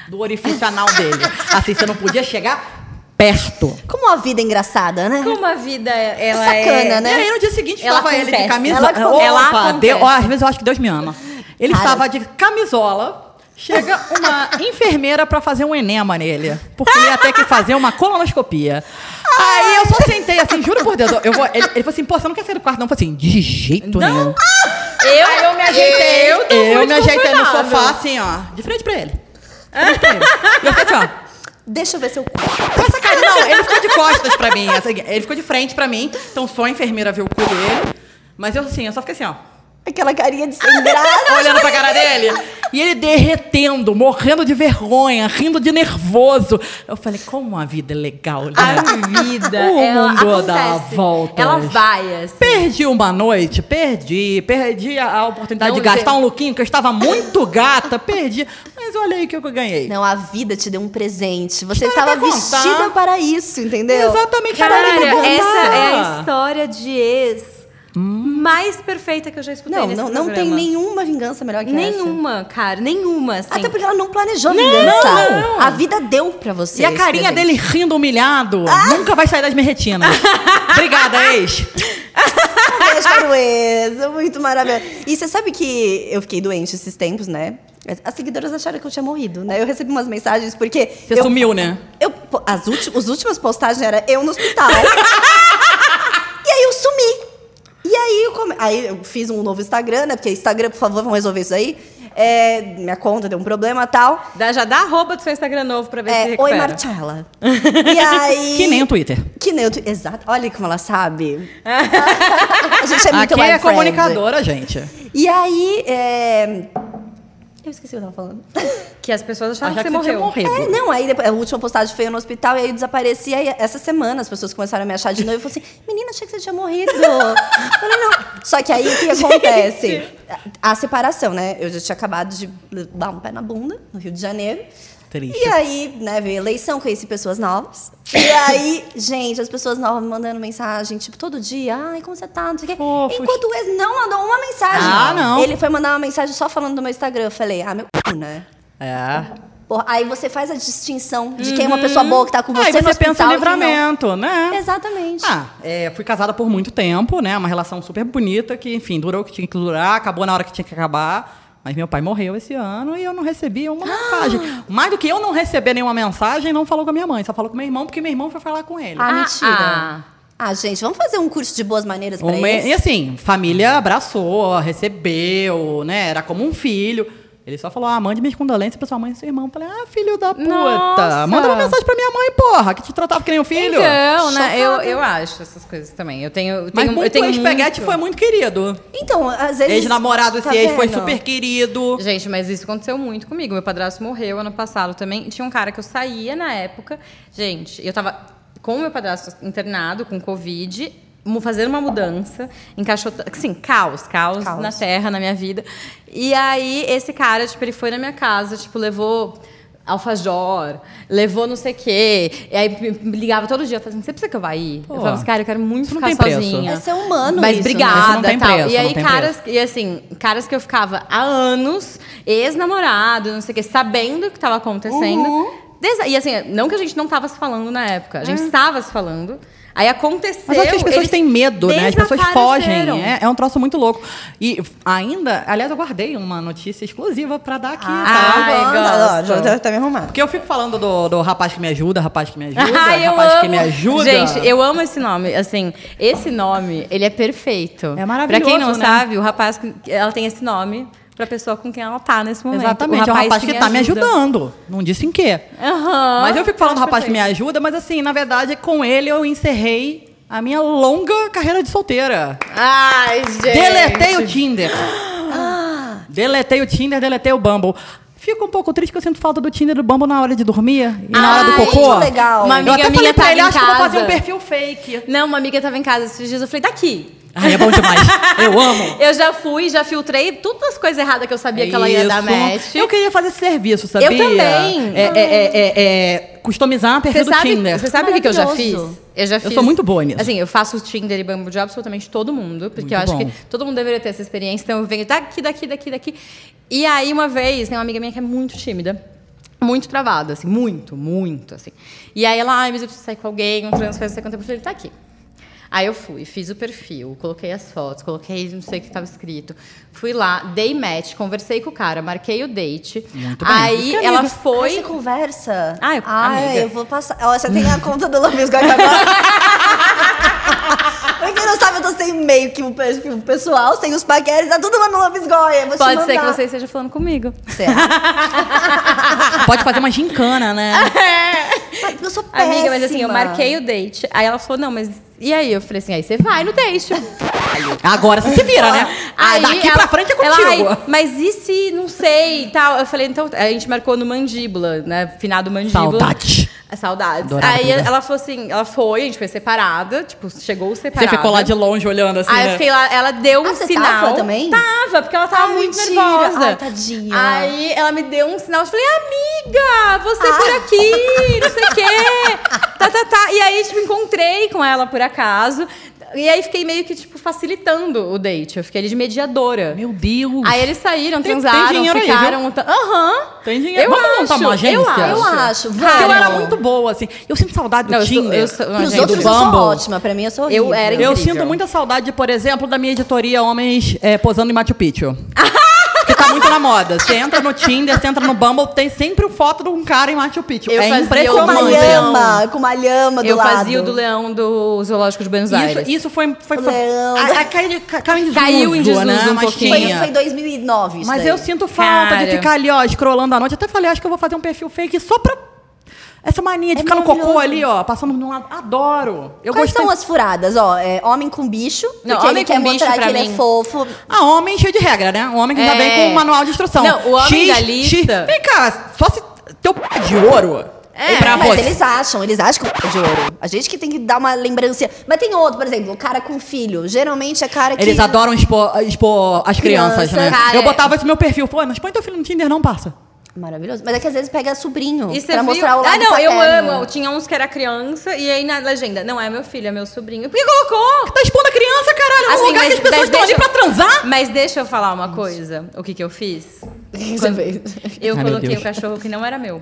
C: do orifício anal dele. Assim, você não podia chegar perto.
B: Como a vida é engraçada, né?
A: Como a vida, ela
B: Sacana,
A: é...
B: né?
C: E aí no dia seguinte
A: Ela
C: estava ele de
A: acontece.
C: camisa.
A: Ela acon-
C: Opa,
A: ela acontece.
C: Deus- ó, às vezes eu acho que Deus me ama. Ele
B: Cara.
C: estava de camisola, Chega [laughs] uma enfermeira pra fazer um enema nele. Porque ele ia ter que fazer uma colonoscopia. Aí eu só sentei assim, juro por Deus. Eu vou, ele, ele falou assim, pô, você não quer sair do quarto? Não, eu falei assim, de jeito
A: Não.
C: nenhum.
A: Eu,
C: Aí eu me ajeitei.
A: Eu, tô muito
C: me ajeitei no
A: confortável.
C: sofá, assim, ó. De frente pra ele. De frente pra ele. E eu fiquei assim, ó.
B: Deixa eu ver seu cu.
C: Com essa cara, Tá não, ele ficou de costas pra mim. assim, Ele ficou de frente pra mim. Então só a enfermeira viu o cu dele. Mas eu assim, eu só fiquei assim, ó.
B: Aquela carinha de sem graça.
C: Olhando pra cara dele. E ele derretendo, morrendo de vergonha, rindo de nervoso. Eu falei, como a vida é legal, né?
A: A vida,
C: [laughs] O
A: ela
C: mundo
A: acontece.
C: dá voltas.
A: Ela vai, assim.
C: Perdi uma noite, perdi. Perdi a, a oportunidade
A: Não,
C: de gastar
A: gente.
C: um lookinho, que eu estava muito gata, perdi. Mas olha aí o que eu
B: [laughs]
C: ganhei.
B: Não, a vida te deu um presente. Você
C: História
B: estava
C: pra contar.
B: vestida para isso, entendeu?
C: Exatamente.
A: Caralho,
C: Caralho,
A: essa
C: cara.
A: é a história de ex mais perfeita que eu já escutei
B: Não,
A: nesse
B: não, não tem
A: programa.
B: nenhuma vingança melhor que essa.
A: Nenhuma, cara, nenhuma, assim.
B: Até porque ela não planejou vingança.
C: não.
B: A vida deu pra você.
C: E a
B: esse
C: carinha
B: presente. Ah!
C: dele rindo humilhado. Nunca vai sair das minhas retinas.
B: [laughs]
C: Obrigada, ex.
B: Um beijo para o ex. Muito maravilhoso. E você sabe que eu fiquei doente esses tempos, né? As seguidoras acharam que eu tinha morrido, né? Eu recebi umas mensagens porque.
C: Você
B: eu,
C: sumiu, né?
B: eu- pô, as últi- os últimas postagens era eu no hospital. [laughs] e aí eu sumi. E aí eu, come- aí eu fiz um novo Instagram, né? Porque Instagram, por favor, vamos resolver isso aí. É, minha conta deu um problema e tal.
A: Dá, já dá arroba do seu Instagram novo pra ver se
B: É, Oi,
A: recupera.
B: Marcella. E aí.
C: [laughs] Que nem o Twitter.
B: Que nem o Twitter. Exato. Olha como ela
C: [laughs]
B: sabe. a gente é muito
C: Aqui
B: my friend.
C: é comunicadora, gente.
B: E aí. é, Eu esqueci o que eu tava falando.
A: Que as pessoas acharam
C: Achar
A: que
C: que
A: você morreu.
C: você tinha
B: É,
C: morrido.
B: não, aí depois, a última postagem foi eu no hospital e aí eu desapareci. Aí essa semana as pessoas começaram a me achar de novo e falaram assim: menina, achei que você tinha morrido. eu falei, não. Só que aí o
C: [laughs]
B: que acontece? A, a separação, né? Eu já tinha acabado de dar um pé na bunda no Rio de Janeiro.
C: Triste.
B: E aí, né, veio a eleição, conheci pessoas novas. E aí, gente, as pessoas novas me mandando mensagem, tipo, todo dia, ai, como você tá? Não sei o quê.
C: Fofos.
B: Enquanto o ex não mandou uma mensagem.
C: Ah, não.
B: Ele foi mandar uma mensagem só falando do meu Instagram. Eu falei, ah, meu c, né?
C: É.
B: Porra, aí você faz a distinção de quem é
A: Uhum.
B: uma pessoa boa que tá com você
C: Aí
B: no
C: Ah, você
B: hospital
C: pensa em
B: e quem não.
C: livramento, né?
B: Exatamente.
C: Ah, é, fui casada por muito tempo, né? Uma relação super bonita que, enfim, durou o que tinha que durar, acabou na hora que tinha que acabar. Mas meu pai morreu esse ano e eu não recebi uma mensagem.
B: Ah!
C: Mais do que eu não receber nenhuma mensagem, não falou com a minha mãe, só falou com meu irmão, porque meu irmão foi falar com ele.
B: Ah,
A: Ah,
B: mentira.
A: ah.
B: Ah. gente, vamos fazer um curso de boas maneiras pra
A: Um
C: Uma-
B: eles?
C: e assim, família abraçou, recebeu, né? Era como um filho. Ele só falou: ah, mande minhas condolências pra sua mãe e seu irmão. Eu falei: ah, filho da puta.
A: Nossa.
C: Manda uma mensagem pra minha mãe, porra, que te tratava que nem um filho.
A: Então, né, eu,
B: Chocada.
A: eu acho essas coisas também. Eu tenho, eu
C: Mas
A: tenho, eu
C: muito
A: tenho
C: ex-peguete
A: muito-
C: foi muito querido.
B: Então, às vezes...
C: Ex-namorado, esse
B: tá
C: ex foi
B: vendo?
C: super querido.
A: Gente, mas isso aconteceu muito comigo. Meu padrasto morreu ano passado também. Tinha um cara que eu saía na época. Gente, eu tava com o meu padrasto internado, com Covid, mu- fazendo uma mudança, encaixotando. Assim, caos, caos,
B: Caos.
A: na terra, na minha vida. E aí, esse cara, tipo, ele foi na minha casa, tipo, levou. Alfajor, levou não sei o quê. E aí me- me ligava todo dia, falando assim: você precisa que eu vá ir?
C: Pô,
A: eu falava assim, cara, eu quero muito
C: isso não
A: ficar
C: tem preço.
A: sozinha.
B: É ser humano
A: Mas
B: isso,
A: obrigada,
C: né? Isso não tem
A: tal.
C: preço,
A: e aí,
C: não tem
A: caras, e assim, caras que eu ficava há anos, ex-namorado, não sei o quê, sabendo o que tava acontecendo. Desa- E assim, não que a gente não tava se falando na época, a gente estava se falando. Aí aconteceu.
C: Mas acho que as pessoas
A: eles
C: têm medo, né? As pessoas
A: desapareceram.
C: fogem. É, é um troço muito louco. E f- ainda, aliás, eu guardei uma notícia exclusiva pra dar aqui,
B: Ah,
C: tá?
A: Ai,
B: agora-
A: gosto.
B: ó, já tá me arrumando.
C: Porque eu fico falando do, do rapaz que me ajuda, rapaz que me ajuda,
A: [laughs] [laughs] Ai, eu
C: rapaz
A: amo.
C: que me ajuda.
A: Gente, eu amo esse nome. Assim, esse nome, ele é perfeito.
C: É maravilhoso,
A: Pra quem não
C: né?
A: sabe, o rapaz, que- ela tem esse nome pra pessoa com quem ela tá nesse momento.
C: Exatamente, é um rapaz que, tá me ajudando. Não disse em quê.
A: Aham.
C: mas eu fico falando do
A: Acho
C: rapaz que me ajuda, mas assim, na verdade, com ele eu encerrei a minha longa carreira de solteira.
A: Ai, gente.
C: Deletei o Tinder. Deletei o Tinder, deletei o Bumble. Fico um pouco triste que eu sinto falta do Tinder e do Bumble na hora de dormir e na hora do
A: Ai,
C: cocô.
B: que legal.
A: Uma amiga
C: Eu até
A: minha
C: falei pra
A: tava
C: ele,
A: em
C: acho que eu vou fazer um
A: casa.
C: perfil fake.
A: Não, uma amiga tava em casa esses dias, eu falei, daqui.
C: Ai, é bom demais.
A: [laughs]
C: Eu amo.
A: Eu já fui, já filtrei todas as coisas erradas que eu sabia que ela ia dar
C: É Isso.
A: match.
C: Eu queria fazer esse serviço, sabia?
A: Eu também.
C: É, é, é, é, é, customizar a
A: Você
C: perfil do
A: sabe,
C: Tinder.
A: você sabe o que, que eu já fiz?
B: Maravilhoso.
A: Eu já fiz.
C: sou muito boa nisso.
A: Assim, eu faço Tinder e Bumble de absolutamente todo mundo, porque
C: Muito
A: eu acho
C: bom.
A: que todo mundo deveria ter essa experiência. Então eu venho daqui, daqui, daqui, daqui. E aí, uma vez, tem uma amiga minha que é muito tímida. Muito travada, assim, muito, muito, assim. E aí ela, ai, mas eu preciso sair com alguém, um transfer, não sei quanto tempo. Eu falei, tá aqui. Aí eu fui, fiz o perfil, coloquei as fotos, coloquei não sei o que estava escrito. Fui lá, dei match, conversei com o cara, marquei o date.
C: Muito bem.
A: Aí
C: Isso que é
A: ela
C: amigo.
A: foi.
B: Você conversa?
A: Ah, eu-
B: Ai,
A: amiga.
B: eu vou passar. Ó, você tem a conta do Lambis Goy
A: [laughs]
B: agora. Pra quem não sabe, eu tô sem e-mail que o pe- que o pessoal, sem os paquetes, tá tudo lá no Lambis Goy. Eu vou te
A: Pode ser que
B: mandar.
A: você esteja falando comigo. [laughs]
B: Será?
C: Pode fazer uma gincana, né?
B: Eu sou péssima.
A: Amiga, mas assim, eu marquei o date. Aí ela falou, não, mas. E aí? Eu falei assim, aí você vai no
C: [laughs]
A: date.
C: Agora você se vira, né? Ah,
A: Aí
C: daqui
A: ela-
C: pra frente é
A: ela,
C: contigo.
A: "Ai, mas e se não sei e tal? Eu falei, então. A gente marcou no mandíbula, né? Finado mandíbula. Ah,
C: Saudade.
A: Saudades.
C: Adorava
A: aí
C: aquilo.
A: ela falou assim, ela foi, a gente foi separada, tipo, chegou
C: Você
A: separada.
C: ficou lá de longe olhando assim,
A: Aí eu
C: né?
A: fiquei lá, ela deu um
B: Ah, você
A: sinal.
B: tava também?
A: Tava, porque ela tava
B: Ai,
A: Tá muito
B: mentira.
A: nervosa.
C: Ah, tá
B: Ai, tadinha.
A: Aí ela me deu um sinal, eu falei, amiga, você é por
C: Ah.
A: aqui, não sei o
C: [laughs]
A: quê. Tá, tá, tá. E aí, tipo, encontrei com ela por acaso. E aí fiquei meio que, tipo, facilitando o date. Eu fiquei ali de mediadora.
C: Meu Deus.
A: Aí eles saíram,
C: Tem- tem
A: transaram,
C: dinheiro aí,
A: ficaram. tá- Aham.
C: Tem dinheiro.
A: Eu
C: Vamos montar
A: acho,
C: uma agência?
A: eu acho.
B: Eu acho.
C: Porque eu
B: vamos.
C: era muito boa, assim. Eu sinto saudade do
A: Não, eu sou-
C: Tinder.
A: eu sou- não,
B: Pros
A: gente,
B: outros
A: do
B: eu sou
C: Bumble. É
B: ótima, pra mim eu sou
A: Eu
B: horrível.
A: era
C: Eu
A: incrível.
C: sinto muita saudade, por exemplo, da minha editoria Homens é, Posando em Machu Picchu. [laughs] que tá muito na moda. Você entra no Tinder, você entra no Bumble, tem sempre foto de um cara em Machu Picchu.
A: Eu
C: é
A: fazia
B: com
A: eu
B: uma
A: amo o
C: impressionante.
A: leão.
B: lhama, com uma lhama do
A: Eu
B: lado.
A: fazia o do leão do Zoológico de Buenos Aires.
C: Isso, isso foi. foi, foi
B: Leandro.
C: a, a, caiu, ca- caiu em
A: Caiu em
C: desuso, né?
A: desuso um
C: mas
A: pouquinho.
B: Foi,
C: tinha.
B: foi em 2009 isso
C: Mas
B: daí.
C: eu sinto falta de
A: Cara.
C: ficar ali, ó, escrolando à noite. Até falei, acho que eu vou fazer um perfil fake só pra. Essa mania de
B: É
C: ficar no cocô
B: maravilhoso.
C: ali, ó, passando de um lado. Adoro. Eu
B: Quais
C: gostei.
B: são as furadas? Ó, é homem com bicho,
A: Não,
B: porque
A: homem
B: ele
A: com
B: quer
A: bicho
B: mostrar
A: pra
B: que ele
A: mim.
B: é fofo.
C: Ah, homem cheio de regra, né? Um homem que já
A: É.
C: vem com um manual de instrução.
A: Não, o homem
C: X,
A: da lista-
C: X. Vem cá, só se teu p de ouro
A: É,
C: pra
B: mas
C: você.
B: eles acham, eles acham que é um cara de ouro. A gente que tem que dar uma lembrança. Mas tem outro, por exemplo, o cara com filho. Geralmente é cara que.
C: Eles adoram expor, expor as crianças,
B: Criança,
C: né?
A: cara,
C: eu
A: é.
C: botava esse meu perfil. Pô, mas põe teu filho no Tinder, não, passa.
B: Maravilhoso. Mas é que às vezes pega sobrinho
A: E você
B: pra
A: viu?
B: mostrar o lado
A: Ah, não, eu
B: paterno.
A: amo. Tinha uns que era criança e aí na legenda, não é meu filho, é meu sobrinho. Por que colocou?
C: Tá expondo a criança, caralho,
A: Assim,
C: num lugar
A: mas-
C: que as pessoas
A: mas
C: estão ali
A: deixa-
C: pra transar.
A: Mas deixa eu falar uma coisa. O que que eu fiz?
B: que
A: Quando-
B: [laughs] você fez?
A: Eu
C: Ai, Ah, meu
A: coloquei
C: Deus.
A: o cachorro que não era meu.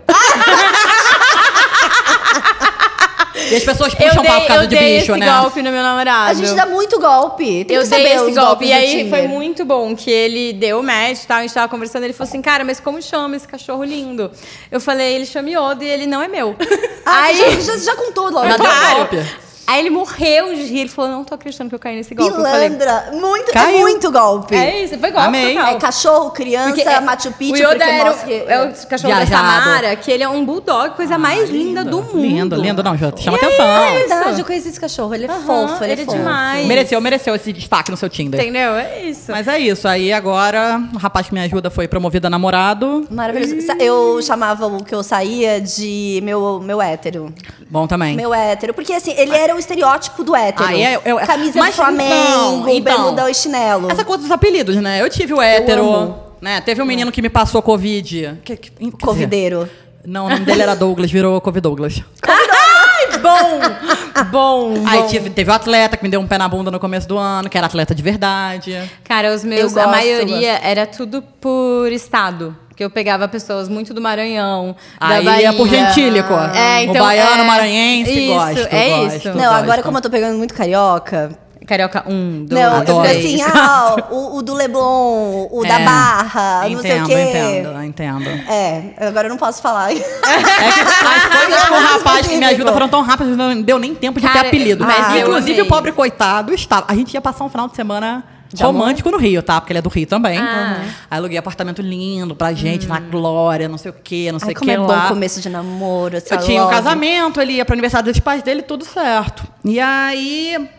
C: E as pessoas
A: eu
C: puxam
A: dei,
C: papo um por causa
A: eu
C: de
A: dei
C: bicho,
A: esse
C: né?
A: golpe no meu namorado.
B: A gente dá muito golpe. Tem
A: Ah, eu
B: que
A: dei
B: saber
A: esse
B: os
A: golpe.
B: golpes
A: E
B: do
A: aí
B: Tinder.
A: foi muito bom que ele deu match e tal. A gente tava conversando. Ele falou assim: Cara, mas como chama esse cachorro lindo? Eu falei: Ele chama Yoda e ele não é meu.
B: [laughs] Ah,
A: aí. [laughs]
B: você já, já, já contou logo.
C: Mas deu
A: Claro.
C: golpe.
A: Aí ele morreu de rir. Ele falou: Não tô acreditando que eu caí nesse golpe. Eu falei:
B: Pilandra. Muito, é
C: Caiu.
B: muito golpe.
A: É isso, foi golpe
C: Amei.
A: total.
B: É cachorro, criança,
A: é-
B: Machu Picchu,
A: o Yoda
B: porque
A: era o-
B: mostra que-
A: é o cachorro da
C: Viajado.
A: Samara, que ele é um bulldog, coisa mais linda, do mundo.
C: Linda, linda. Não, já chama
B: Ah,
C: atenção.
B: é verdade, eu conheci esse cachorro. Ele é
A: Aham,
B: fofo, ele,
A: ele
B: é
A: é
B: fofo.
A: demais.
C: Mereceu, mereceu esse destaque no seu Tinder.
A: Entendeu? É isso.
C: Mas é isso. Aí agora, o rapaz que me ajuda foi promovido a namorado.
B: Maravilhoso. Sa- Eu chamava o que eu saía de meu, meu hétero.
C: Bom também.
B: Meu hétero. Porque assim, ele era o estereótipo do hétero.
C: Ah, é, eu- eu-
B: Camisa
C: mas
B: do Flamengo,
C: então, então.
B: bermudão e chinelo.
C: Essa coisa dos apelidos, né? Eu tive o hétero,
B: amo.
C: né? Teve um menino que me passou Covid. Que, que, quer dizer,
B: Covideiro.
C: Não, o nome dele era Douglas, virou Covid Douglas.
A: Ai,
C: [laughs]
A: bom! bom, bom.
C: Aí tive, teve o atleta que me deu um pé na bunda no começo do ano, que era atleta de verdade.
A: Cara, os
B: Eu
A: meus,
B: gosto,
A: a maioria era tudo por estado. Que eu pegava pessoas muito do Maranhão, da
C: Aí
A: Bahia.
C: é por gentílico.
A: É, então,
C: o baiano,
A: é-
C: maranhense,
A: isso,
C: gosto,
A: é
C: gosto,
A: isso.
C: gosto.
B: Não, agora como eu tô pegando muito carioca.
A: Carioca um, dois,
B: Não, eu
C: adoro.
B: fico
A: três.
B: assim, ah,
C: [laughs]
B: o, o do Leblon, o da
C: É,
B: Barra, Ah, não sei o
C: entendo,
B: quê.
C: Entendo, entendo.
B: É, agora eu não posso falar. [laughs]
C: É que
B: Ah,
C: as coisas com o rapaz que me ajuda foram tão rápidas, não deu nem tempo de
A: Cara,
C: ter apelido. Ah,
A: mas
B: eu
C: Inclusive,
A: amei.
C: o pobre coitado estava. A gente ia passar um final de semana romântico no Rio, tá? Porque ele é do Rio também.
A: Ah.
C: Aí aluguei apartamento lindo pra gente, na glória, não sei o quê, não
B: Hum.
C: sei
B: Ai,
C: o
B: como
C: que
B: é
C: lá.
B: bom começo de namoro, essa
C: Eu tinha um
B: love.
C: casamento, ele ia pro aniversário dos pais dele, tudo certo. E aí,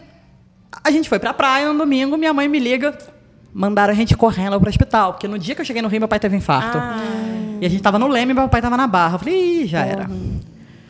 C: a gente foi pra praia no domingo, minha mãe me liga, mandaram a gente correndo pro hospital, porque no dia que eu cheguei no Rio, meu pai teve infarto.
B: Ah.
C: E a gente tava no Leme, meu pai tava na Barra. Eu falei, Ih, já era.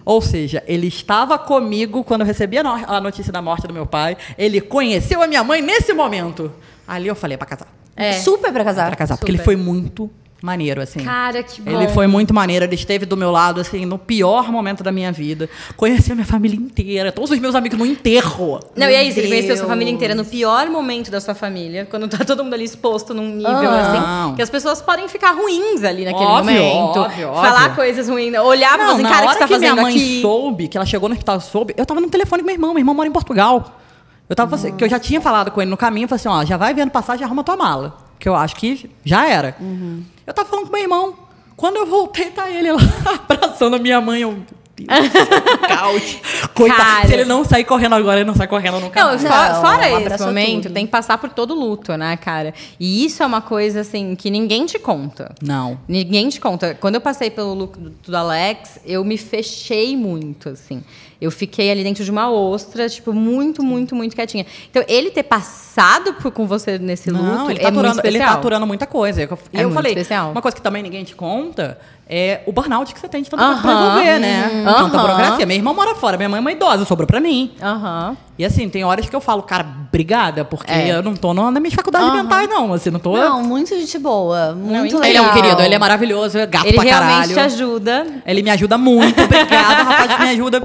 C: Ou seja, ele estava comigo quando eu recebi a, no- a notícia da morte do meu pai. Ele conheceu a minha mãe nesse momento. Ali eu falei, é pra casar.
A: É.
B: Super pra casar.
C: Pra casar, porque ele
A: Super.
C: foi muito maneiro, assim.
A: Cara, que bom.
C: Ele foi muito maneiro, ele esteve do meu lado, assim, no pior momento da minha vida. Conheceu a minha família inteira, todos os meus amigos no enterro.
A: Não, e é isso, ele
B: Meu
A: conheceu sua família
B: Deus.
A: inteira no pior momento da sua família, quando tá todo mundo ali exposto num nível
C: Ah.
A: assim, que as pessoas podem ficar ruins ali naquele
C: Óbvio,
A: momento,
C: óbvio, óbvio.
A: falar coisas ruins, olhar pra
C: Não,
A: você,
C: na
A: cara, o que você
C: hora
A: tá
C: que minha
A: fazendo
C: mãe
A: aqui?
C: soube, que ela chegou no hospital e soube, eu tava no telefone com meu irmão, meu irmão mora em Portugal. Eu tava assim, que eu já tinha falado com ele no caminho, eu falei assim, ó, já vai vendo passagem e arruma tua mala. Que eu acho que já era.
A: Uhum.
C: Eu tava falando com meu irmão. Quando eu voltei, tá ele lá [laughs] abraçando a minha mãe. Eu, meu
A: [laughs]
C: Deus, caos.
A: Cara.
C: Coitado. Se ele não sair correndo agora, ele não sai correndo nunca.
A: Não,
C: mais.
A: fo-
B: Não, é
A: fora esse
B: abraçou
A: momento,
B: tudo.
A: tem que passar por todo o luto, né, cara? E isso é uma coisa, assim, que ninguém te conta.
C: Não.
A: Ninguém te conta. Quando eu passei pelo look do, do Alex, eu me fechei muito, assim. Eu fiquei ali dentro de uma ostra, tipo, muito, muito, muito quietinha. Então, ele ter passado por- com você nesse
C: Não,
A: luto
C: ele
A: é
C: tá, aturando,
A: muito
C: ele
A: especial.
C: tá aturando muita coisa. E eu,
A: É
C: eu
A: muito
C: falei,
A: especial.
C: uma coisa que também ninguém te conta é o burnout que você tem de tanta coisa
A: Aham.
C: pra resolver, né?
A: Uhum.
C: Tanta
A: Aham.
C: burocracia. Minha irmã mora fora, minha mãe é uma idosa, sobrou pra mim.
A: Aham.
C: E assim, tem horas que eu falo, cara, obrigada, porque
A: É.
C: eu não tô na na minha faculdade
A: Aham.
C: mental, não. Assim, não tô.
B: Não, muito gente boa. Muito
A: então-
B: legal.
C: Ele é um querido, ele é maravilhoso, é gato
A: Ele
C: pra
A: realmente
C: caralho.
A: te
C: [laughs]
A: ajuda.
C: Ele me ajuda muito, obrigada, rapaz, me ajuda.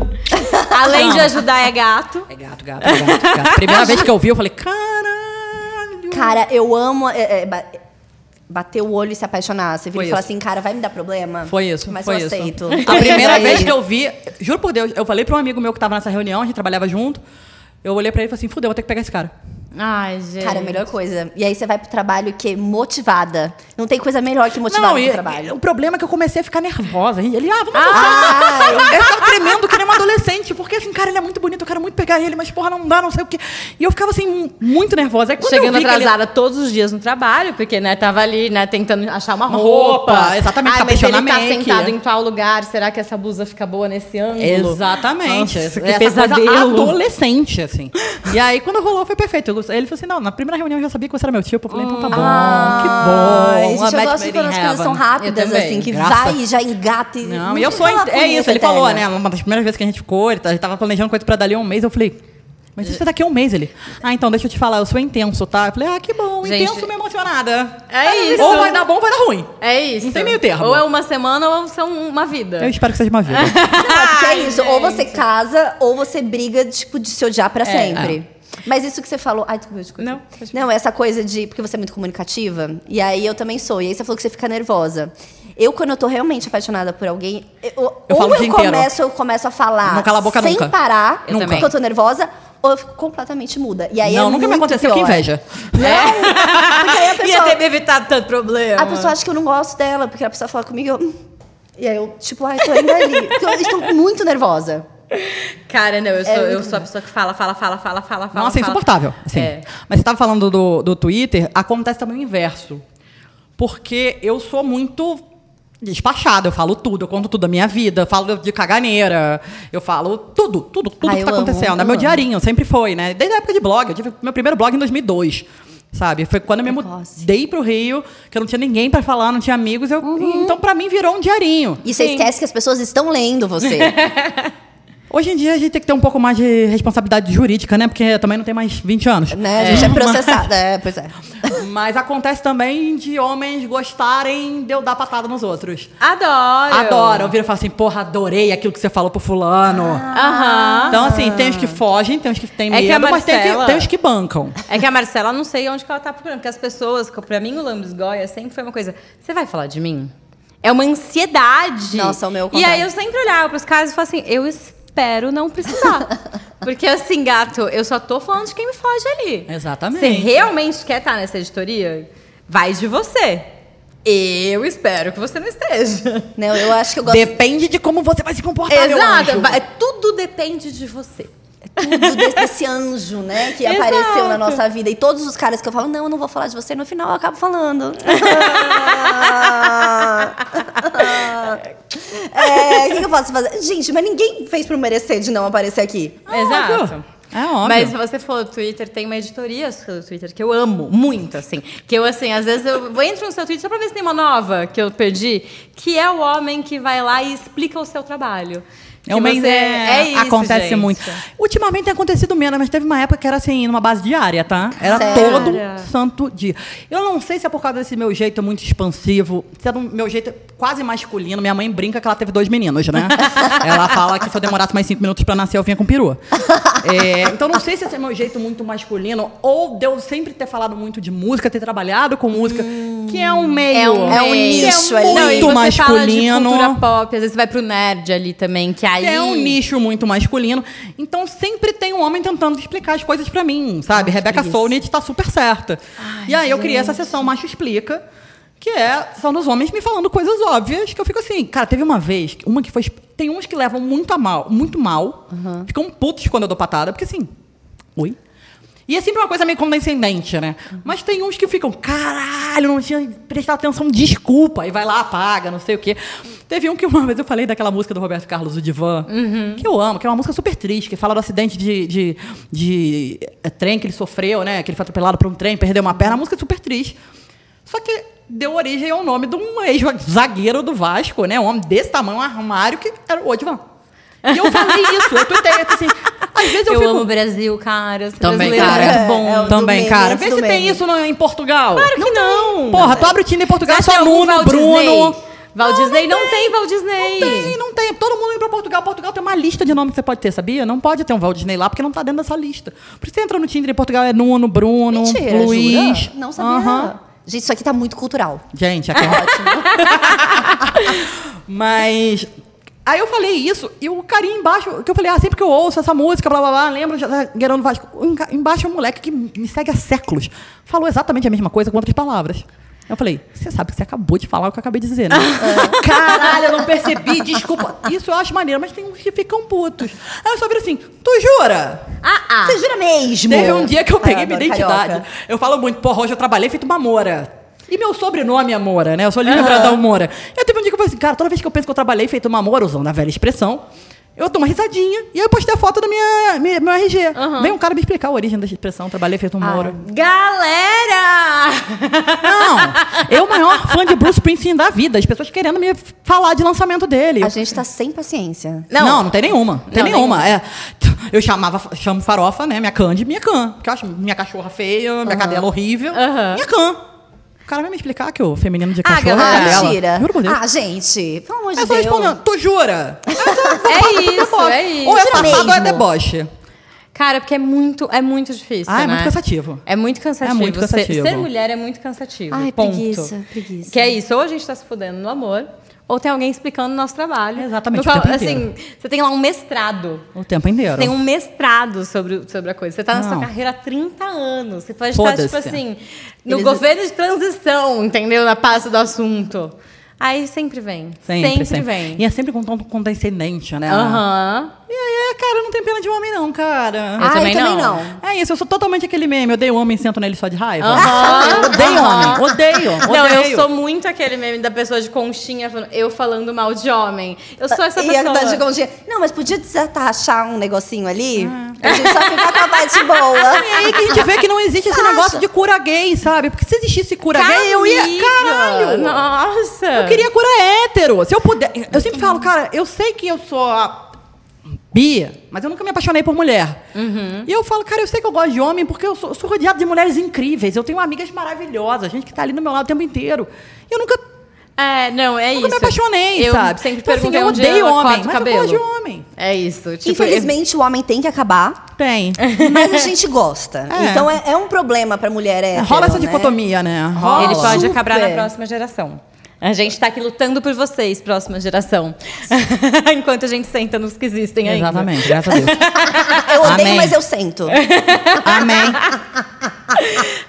A: Além de
C: Não.
A: ajudar, é gato.
C: É gato, gato, é gato, é gato. Primeira vez que eu vi, eu falei, caralho.
B: Cara, eu amo. é, é, ba- bater o olho e se apaixonar. Você vira
C: Foi
B: e fala
C: isso.
B: assim, cara, vai me dar problema?
C: Foi isso,
B: Mas
C: foi
B: eu
C: isso.
B: aceito. é
C: A
B: [laughs]
C: primeira
B: Aí-
C: vez que eu vi, juro por Deus, eu falei pra um amigo meu que tava nessa reunião, a gente trabalhava junto. Eu olhei pra ele e falei assim, fudeu, vou ter que pegar esse cara.
A: Ai, gente.
B: Cara, é a melhor coisa. E aí você vai pro trabalho que é motivada. Não tem coisa melhor que motivada
C: e-
B: no trabalho.
C: o problema é que eu comecei a ficar nervosa. Ele, [laughs] ah, vamos almoçar.
B: Ai,
C: Eu ficava tremendo que nem uma adolescente, porque assim, cara, ele é muito bonito, eu quero muito pegar ele, mas porra, não dá, não sei o quê. E eu ficava assim, muito nervosa. Aí, quando eu
A: Chegando
C: vi que ele-
A: atrasada todos os dias no trabalho, porque, né, tava ali, né, tentando achar uma
C: Uma
A: roupa.
C: roupa, exatamente,
A: Ah, mas ele
C: caprichando
A: tá
C: na make.
A: sentado em tal lugar, será que essa blusa fica boa nesse ângulo? Nossa, que
C: Exatamente. Essa Coisa
A: pesadelo.
C: adolescente, assim. E aí, quando rolou, foi perfeito. Eu- Ele falou assim: não, na primeira reunião eu já sabia que você era meu tipo. Eu falei, então tá bom,
B: Ah, Ai,
C: que bom.
B: Gente,
C: a
B: eu
C: match
B: gosto
C: made
B: quando
C: in
B: as coisas
C: heaven.
B: são rápidas,
C: Eu também,
B: assim, que
C: graças
B: vai e já engata. E
C: Não, e
B: tem
C: eu sou.
B: aquela
C: int- É
B: punheta
C: isso, ele falou, né?
B: eterna.
C: Uma das primeiras vezes que a gente ficou, ele, tá- ele tava planejando coisa pra dali a um mês, eu falei. Mas isso é daqui a um mês, ele. Ah, então deixa eu te falar, eu sou intenso, tá? Eu falei, ah, que bom,
A: Gente,
C: intenso, me emocionada.
A: É isso.
C: Ou vai dar bom, ou vai dar ruim.
A: É isso.
C: Não tem meio termo.
A: Ou é uma semana ou são uma vida.
C: Eu espero que seja uma vida.
B: Não, é porque é
C: Ah,
A: Ai,
B: isso. Ou
A: gente.
B: você casa, ou você briga, tipo, de se odiar
C: É,
B: pra sempre. Mas isso que você falou. Ai, desculpa, eu te cortei.
A: Não, pode
B: Não, essa coisa de. Porque você é muito comunicativa. E aí eu também sou. E aí você falou que você fica nervosa. Eu, quando eu tô realmente apaixonada por alguém, eu,
C: Eu
B: ou
C: falo o
B: eu
C: dia inteiro.
B: começo, eu começo a falar
C: Não cala a boca
B: sem
C: nunca.
B: parar,
A: Eu também.
B: porque eu tô nervosa, ou eu fico completamente muda. E aí é
C: não, nunca me
B: muito
C: aconteceu, que
B: pior.
C: inveja. [laughs]
B: Não, porque
A: [laughs]
B: aí a pessoa.
A: É. me evitado tanto problema.
B: A pessoa acha que eu não gosto dela, porque a pessoa fala comigo, eu... "Hum." E aí eu, tipo, ai, tô ainda ali. Porque eu estou muito nervosa.
A: Cara, não, eu sou, eu
B: muito
A: sou a pessoa que fala, fala, fala, fala, fala, fala.
C: É. Nossa,
A: fala.
C: é insuportável. Assim.
A: É.
C: Mas você tava falando do, do Twitter, acontece também o inverso. Porque eu sou muito despachada, eu falo tudo, eu conto tudo da minha vida, eu falo de caganeira, eu falo tudo, tudo, tudo
B: Ah,
C: que
B: eu
C: tá
B: amo,
C: acontecendo.
B: eu
C: é meu
B: amo.
C: diarinho, sempre foi, né? Desde a época de blog, eu tive meu primeiro blog em 2002. Sabe? Foi quando eu me
B: Precoce.
C: mudei pro Rio, que eu não tinha ninguém pra falar, não tinha amigos. Eu,
B: Uhum.
C: Então, pra mim, virou um diarinho.
B: E você esquece que as pessoas estão lendo você. né?
C: Hoje em dia, a gente tem que ter um pouco mais de responsabilidade jurídica, né? Porque também não tem mais 20 anos.
B: Né? A gente é processada. É, pois é.
C: Mas acontece também de homens gostarem de eu dar patada nos outros.
A: Adoro.
C: Adoram, viram e falam assim, porra, adorei aquilo que você falou pro fulano.
A: Aham.
C: Então, assim, tem os que fogem, tem os que têm
A: Ah. É
C: medo,
A: que a
C: mas tem,
A: Marcela-
C: que, tem os que bancam.
A: É que a Marcela, não sei onde que ela tá procurando, porque as pessoas, pra mim o Lambisgoia sempre foi uma coisa, você vai falar de mim? É uma ansiedade.
B: Nossa, o meu é o
A: E aí
B: contrário.
A: eu sempre olhava pros caras e falava assim, eu espero não
B: [laughs]
A: precisar. porque assim, gato, eu só tô falando de quem me foge ali.
C: Exatamente.
A: Você realmente quer estar nessa editoria? Vai de você. Eu espero que você não esteja.
B: Não, Né, eu acho que eu gosto
C: Depende de como você vai se comportar,
B: Tá,
C: meu
A: Exato.
C: anjo.
A: vai- tudo depende de você.
B: tudo desse, desse anjo, né? Que
A: Exato.
B: apareceu na nossa vida. E todos os caras que eu falo, não, eu não vou falar de você, no final eu acabo falando. [laughs] é, o que, que eu posso fazer? Gente, mas ninguém fez pra eu merecer de não aparecer aqui.
A: Exato.
C: É Ah, óbvio.
A: Mas se você for do Twitter, tem uma editoria do Twitter que eu amo muito, assim. Que eu, assim, às vezes eu vou- entro no seu Twitter só pra ver se tem uma nova que eu perdi, que é o homem que vai lá e explica o seu trabalho.
C: É o
A: Que
C: mês
A: você-
C: é,
A: isso,
C: acontece
A: gente.
C: muito. Ultimamente tem acontecido menos, mas teve uma época que era assim, numa base diária, tá? Era
B: Sério?
C: todo santo dia. Eu não sei se é por causa desse meu jeito muito expansivo, se é do meu jeito quase masculino. Minha mãe brinca que ela teve dois meninos, né?
A: [laughs]
C: ela fala que se eu demorasse mais cinco minutos pra nascer, eu vinha com perua. É, então não sei se esse é meu jeito muito masculino, ou de eu sempre ter falado muito de música, ter trabalhado com música, Que é um meio.
A: É um,
B: É um
A: meio.
B: nicho
A: Que é
B: ali.
A: Não, e
C: Muito
A: você
C: masculino.
A: Fala de cultura pop, às vezes você vai pro nerd ali também, que aí...
C: É um nicho muito masculino. Então sempre tem um homem tentando explicar as coisas pra mim, sabe? Rebeca Solnit tá super certa. e aí eu criei essa sessão Macho Explica, que é a sessão dos homens me falando coisas óbvias, que eu fico assim, cara, teve uma vez, uma que foi. exp- Tem uns que levam muito a mal, muito mal, ficam putos quando eu dou patada, porque assim. Oi? E é sempre uma coisa meio condescendente, né? Mas tem uns que ficam, caralho, não tinha prestado atenção, desculpa. E vai lá, apaga, não sei o quê. Teve um que uma vez eu falei daquela música do Roberto Carlos, o Divã, que eu amo, que é uma música super triste, que fala do acidente de, de, de, eh, trem que ele sofreu, né? Que ele foi atropelado por um trem, perdeu uma perna. A música é super triste. Só que deu origem ao nome de um ex-zagueiro do Vasco, né? Um homem desse tamanho, um armário, que era o Odivan. E eu falei isso, eu tuitei assim. Às vezes eu,
A: Eu
C: fico.
A: amo o Brasil, cara. esse
C: Também,
A: brasileiro
C: cara.
A: É muito bom.
B: É, é o do
C: Também,
B: meme,
C: cara.
B: esse
C: Vê
B: do
C: se tem
B: meme.
C: isso no- em Portugal. Claro
A: que não.
C: Porra, tu abre o Tinder em Portugal,
A: Vai ter
C: só
A: algum
C: Nuno,
A: um Walt
C: Bruno.
A: Disney? Walt Disney não, tem Walt Disney.
C: Tem, não tem. Todo mundo indo pra Portugal. Portugal tem uma lista de nomes que você pode ter, sabia? Não pode ter um Walt Disney lá, porque não tá dentro dessa lista. Por isso você entra no Tinder em Portugal, é Nuno, Bruno,
B: Mentira,
C: Luiz.
B: jura? Não sabia.
C: Aham.
B: Gente, isso aqui tá muito cultural.
C: Gente, aqui é Mas. Aí eu falei isso, e o carinha embaixo, que eu falei, ah, sempre que eu ouço essa música, blá blá blá, lembro de Guerão do Vasco. Enca- Embaixo é um moleque que me segue há séculos. Falou exatamente a mesma coisa com outras palavras. Eu falei, você sabe que você acabou de falar o que eu acabei de dizer, né? Caralho, eu não percebi, desculpa. Isso eu acho maneiro, mas tem uns que ficam putos. Aí eu só viro assim, tu jura?
A: Ah, ah.
B: Você jura mesmo?
C: Teve um dia que eu peguei
B: Ah,
C: minha
B: adoro
C: identidade.
B: carioca.
C: Eu falo muito, porra, hoje eu trabalhei feito uma Moura. E meu sobrenome é Moura, né? Eu sou Lívia Bradão Moura. Eu teve um dia que eu falei assim, cara, toda vez que eu penso que eu trabalhei feito uma Moura, usando a velha expressão, eu dou uma risadinha. E aí eu postei a foto da minha, minha- meu RG.
A: Aham.
C: Vem um cara me explicar a origem da expressão, trabalhei feito uma Moura. [laughs]
B: Ah.
A: Galera!
C: Não! Eu, o maior fã de Bruce Springsteen da vida. As pessoas querendo me falar de lançamento dele.
B: A gente tá sem paciência.
A: Não.
C: Não, não, tem nenhuma. Tem
A: Não,
C: nenhuma. É, eu chamava, chamo farofa, né? Minha cã de minha cã. Porque eu acho minha cachorra feia, minha cadela horrível.
A: Aham.
C: Minha cã. O cara vai me explicar que o feminino de
A: Ah,
C: cachorro é
A: galera,
C: cadela.
B: mentira.
C: Juro por Deus.
B: Ah, gente, pelo amor de
C: eu só
B: Deus.
C: respondendo, tu jura? Eu só vou
A: É
C: pra tu
A: isso,
C: deboche.
A: é isso.
C: Ou é
B: Jura
C: passado ou é
B: mesmo?
C: deboche.
A: Cara, porque é muito, é muito difícil,
C: Ah, é
A: né?
C: muito cansativo.
A: É muito cansativo.
C: É muito
A: Ser-
C: cansativo.
A: Ser, mulher é muito cansativo.
B: Ai,
A: ponto.
B: preguiça, preguiça.
A: Que é isso, ou a gente tá se fudendo no amor, ou tem alguém explicando o nosso trabalho.
C: Exatamente,
A: No qual,
C: o tempo
A: assim, você tem lá um mestrado.
C: O tempo inteiro.
A: Você tem um mestrado sobre, sobre a coisa. Você tá na sua
C: Não.
A: carreira há 30 anos. Você pode estar, tipo
C: Foda-se.
A: assim, no
B: Eles-
A: governo de transição, entendeu? Na pasta do assunto. Aí sempre vem.
C: Sempre, sempre,
A: vem.
C: E é sempre com tom condescendente, né?
A: Aham.
C: E aí, "É, cara, não tem pena de um homem, não, cara.
A: Eu
B: Ai,
A: também
B: Ah, também
A: não.
B: não.
C: É isso, eu sou totalmente aquele meme. Eu odeio homem, sento nele só de raiva.
A: Aham.
C: Eu odeio homem, odeio, odeio.
A: Não, eu sou muito aquele meme da pessoa de conchinha, falando, eu falando mal de homem. Eu sou essa
B: e tá a
A: pessoa.
B: verdade como tinha, Não, mas podia desatachar um negocinho ali?
C: Ah.
B: Pra gente só ficar com a parte
C: [laughs]
B: boa.
C: E aí que a gente vê que não existe esse
B: Acha?
C: negócio de cura gay, sabe? Porque se existisse cura gay, eu ia...
A: Amiga,
C: Caralho!
A: Nossa!
C: Eu queria cura hétero. Se eu puder... Eu sempre falo, cara, eu sei que eu sou a bi, mas eu nunca me apaixonei por mulher. E eu falo, cara, eu sei que eu gosto de homem porque eu sou, sou rodeado de mulheres incríveis. Eu tenho amigas maravilhosas, gente que tá ali do meu lado o tempo inteiro. E eu nunca...
A: É, não, é isso.
C: Nunca me apaixonei,
A: eu
C: sabe?
A: sempre
C: Então, assim,
A: perguntei
C: eu
A: onde
C: odeio
A: ela
C: homem,
A: corta o
C: mas eu
A: cabelo.
C: gosto de homem.
A: É isso. Tipo,
B: Infelizmente, o homem tem que acabar,
C: [laughs] Tem.
B: mas a gente gosta.
C: [laughs] É.
B: Então é, é um problema pra mulher hétero,
C: Rola essa
B: né?
C: dicotomia, né?
A: ele,
C: Rola.
A: ele pode acabar na
B: Super.
A: próxima geração. A gente tá aqui lutando por vocês, próxima geração. [laughs] Enquanto a gente senta nos que existem ainda.
C: Exatamente, graças a Deus. [laughs]
B: Eu odeio,
C: Amém.
B: mas eu
C: [laughs]
B: sento.
C: Amém.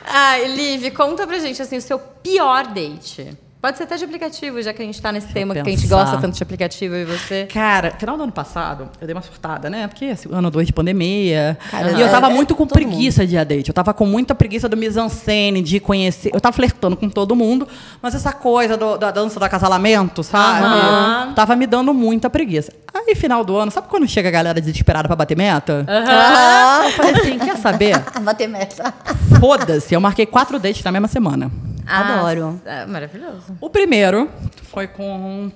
A: Ai, Ah, Liv, conta pra gente assim, o seu pior date. Pode ser até de aplicativo, já que a gente tá nesse tema que a gente
C: pensar.
A: gosta tanto de aplicativo e você.
C: Cara, final do ano passado, eu dei uma surtada, né? Porque esse ano dois de pandemia.
B: Cara,
C: e eu tava
B: é-
C: muito com
B: todo
C: preguiça de ir a date. Eu tava com muita preguiça do mise-en-scène, de conhecer. Eu tava flertando com todo mundo, mas essa coisa do- da dança do acasalamento, sabe?
A: Aham.
C: Tava me dando muita preguiça. Aí, final do ano, sabe quando chega a galera desesperada pra bater meta? Eu falei assim, quer saber?
B: Bater meta.
C: Foda-se. Eu marquei quatro dates na mesma semana.
B: Adoro.
A: Ah, maravilhoso.
C: O primeiro foi com